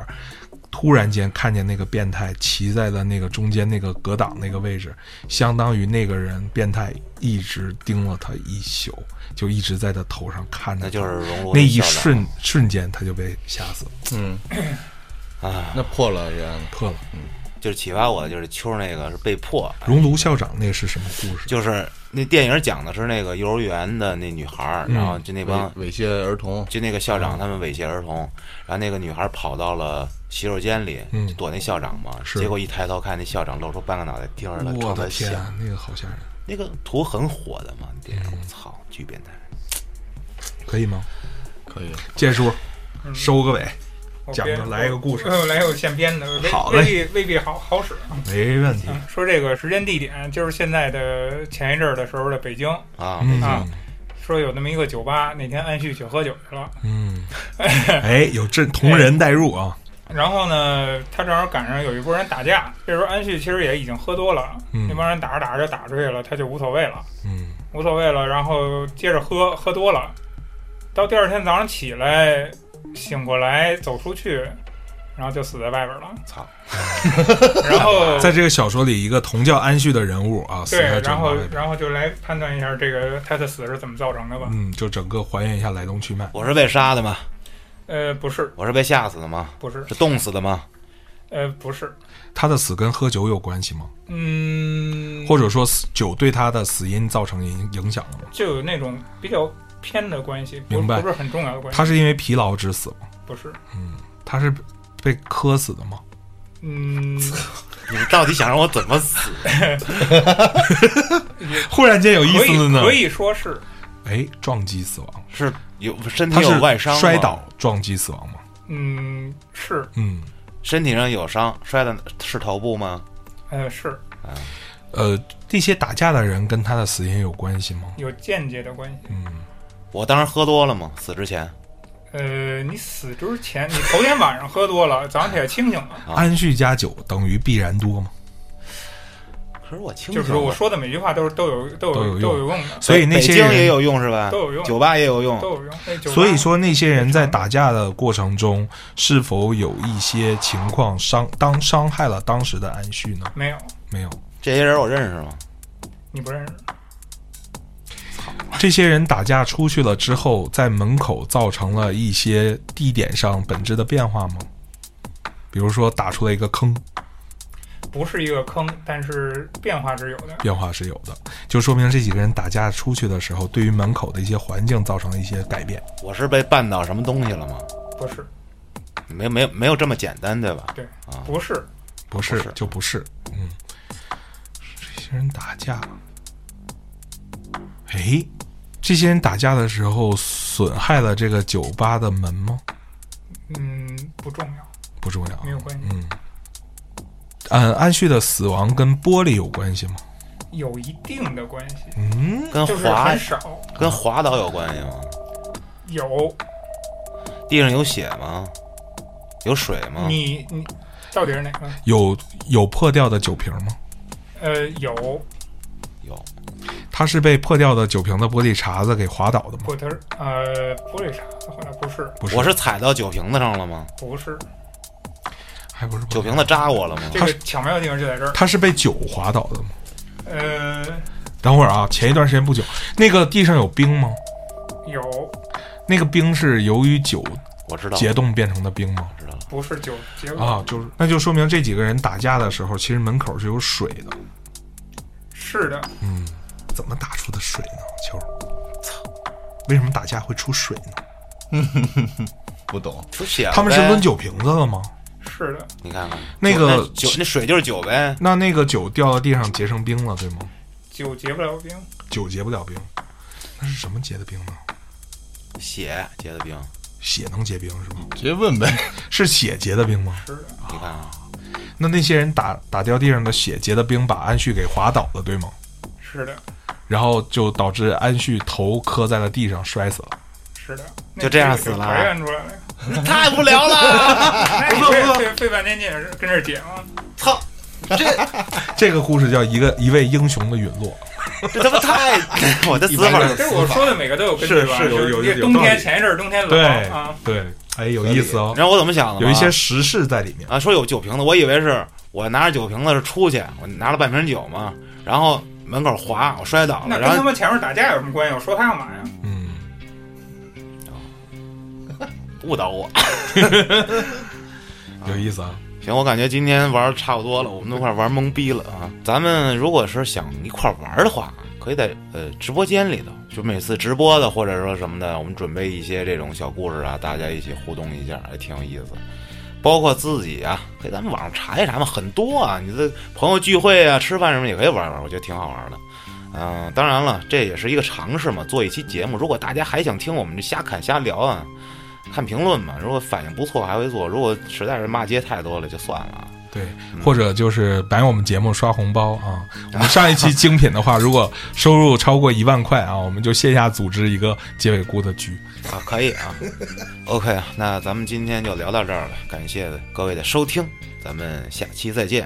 突然间看见那个变态骑在了那个中间那个隔挡那个位置，相当于那个人变态一直盯了他一宿，就一直在他头上看着
那
他。
就是熔炉
那一
校长
瞬瞬间，他就被吓死了，
嗯，
啊，
那破了这案子。
破了。
就是启发我的就是秋儿那个是被迫，
熔炉校长那是什么故事？
就是那电影讲的是那个幼儿园的那女孩儿，
嗯
然后就那帮
猥猥亵儿童，
就那个校长他们猥亵儿童，然后那个女孩跑到了洗手间里，
嗯
就躲那校长嘛。
是
结果一抬头看，那校长露出半个脑袋盯着她，
我
冲她
的天嗯
笑。
啊，那个好吓人，
那个图很火的嘛，电影，我操，巨变态。
可以吗？
可以。
建叔，
嗯
收个尾，
我
讲
编
个来一个 故事，
我来个现编的，未
好嘞
未必未必好好使啊。
没问题
嗯，说这个时间地点就是现在的前一阵儿的时候的北京，
啊，
啊
嗯
说有那么一个酒吧，那天按序去喝酒去了。
嗯，哎，有这同人代入啊，
然后呢，他正好赶上有一波人打架，这时候安旭其实也已经喝多了，
嗯
那帮人打着打着就打出去了，他就无所谓了，
嗯
无所谓了，然后接着喝，喝多了，到第二天早上起来醒过来走出去，然后就死在外边了，
操！
然后
在这个小说里，一个同叫安旭的人物啊，死
哎对
在，
然
整
后
个里边，
然后就来判断一下这个他的死是怎么造成的吧。
嗯，就整个还原一下来龙去脉，
我是被杀的吗？
呃，不是，
我是被吓死的吗？
不是，
是冻死的吗？
呃，不是，
他的死跟喝酒有关系吗？
嗯，
或者说死酒对他的死因造成影影响了吗？
就有那种比较偏的关系，不
明白
不是很重要的关系，
他是因为疲劳致死吗？
不是，
他是被磕死的吗？
嗯，
你到底想让我怎么死？
忽然间有意
可
思了
以
呢，
可以说是
哎，撞击死亡，
是有身
他
体有
是
外伤吗，
摔倒撞击死亡吗？
嗯，是，
嗯。
身体上有伤，摔的是头部吗？
呃，是
呃，这些打架的人跟他的死因有关系吗？
有间接的关系。
嗯，
我当时喝多了吗？死之前
呃，你死之前，你头天晚上喝多了，早上起来清醒了，
啊
安旭加酒等于必然多吗？
可是我清
就
醒
是
了
我说的每句话都是都有都
都
有
有
有用的，
所以那
北
些
京也
人，
有啊用是吧？
都有用
酒吧也有用。
都有用。那酒吧
所以说那些人在打架的过程中，是否有一些情况伤当伤害了当时的安旭呢？
没有，
没有，
这些人我认识吗？
你不认识。
这些人打架出去了之后，在门口造成了一些地点上本质的变化吗？比如说打出了一个坑，
不是一个坑，但是变化是有的。
变化是有的，就说明这几个人打架出去的时候，对于门口的一些环境造成了一些改变。
我是被绊倒什么东西了吗？
不是，
没没有没有这么简单对吧？
对
啊，
不是，
不是
不是
就不是，嗯，这些人打架，哎，这些人打架的时候损害了这个酒吧的门吗？
嗯，不重要，
不重要
没，有关系。
嗯，嗯，安旭的死亡跟玻璃有关系吗？
有一定的关系，
嗯，
跟
就是
滑
很少
跟滑倒有关系吗？
有
地上有血吗？有水吗？
你你到底是哪个？
有有破掉的酒瓶吗？
呃，有
有，
他是被破掉的酒瓶的玻璃碴子给划倒的吗？
不，它是呃玻璃碴子，后来不是
不是，
我是踩到酒瓶子上了吗？
不是，
还不是
酒瓶子扎我了吗？
这个巧妙的地方就在这儿。
他是被酒划倒的吗？
呃，
等会儿啊，前一段时间不久，那个地上有冰吗？
有
那个冰是由于酒
我知道了，
结冻变成的冰吗？
知道了。
不是酒结果、
啊，就是，那就说明这几个人打架的时候，其实门口是有水的。
是的，
嗯，怎么打出的水呢？球，操，为什么打架会出水呢？
不懂，
出血了呗
他们是抡，酒瓶子了吗？
是的，
你看看
那个
酒，那水就是酒呗。
那那个酒掉到地上结成冰了，对吗？
酒结不了冰，
酒结不了冰，那是什么结的冰呢？
血结的冰，
血能结冰是吗？
直接问呗。
是血结的冰吗？
是的，
你看啊看，
哦 那那些人打打掉地上的血结的冰，把安旭给滑倒了，对吗？
是的，
然后就导致安旭头磕在了地上，摔死了。
是的，那
就这样
个
死了啊
还原出来了。
太无聊了。
那你这费费半天劲也是跟这儿解吗？
操，
这个故事叫一个一位英雄的陨落。
这他妈太， 我的死法
一般
儿
人
这我说的每个都有根据吧？
是是有
就是
有
这
有
冬
道
天
理
前一阵儿冬天冷
对
啊，
对，哎，有意思哦
你，知道我怎么想的吗？
有一些时事在里面。
啊，说有酒瓶子，我以为是我拿着酒瓶子是出去，我拿了半瓶酒嘛，然后门口滑，我摔倒
那
了，
跟
然
他
后
们前面打架有什么关系？我说他干嘛呀？
嗯，
误导我。
有意思啊。
行，我感觉今天玩儿差不多了，我们都快玩懵逼了啊！咱们如果是想一块儿玩儿的话，啊可以在呃直播间里头，就每次直播的或者说什么的，我们准备一些这种小故事啊，大家一起互动一下，还挺有意思。包括自己啊，可以咱们网上查一查嘛，很多啊，你的朋友聚会啊、吃饭什么也可以玩儿玩儿，我觉得挺好玩儿的。嗯、当然了，这也是一个尝试嘛，做一期节目。如果大家还想听我们这瞎侃瞎聊啊，看评论嘛，如果反应不错还会做，如果实在是骂街太多了就算了啊。
对，或者就是买我们节目刷红包啊！我们上一期精品的话，如果收入超过一万块啊，我们就线下组织一个结尾菇的局。
啊，可以啊。OK 啊，那咱们今天就聊到这儿了，感谢各位的收听，咱们下期再见。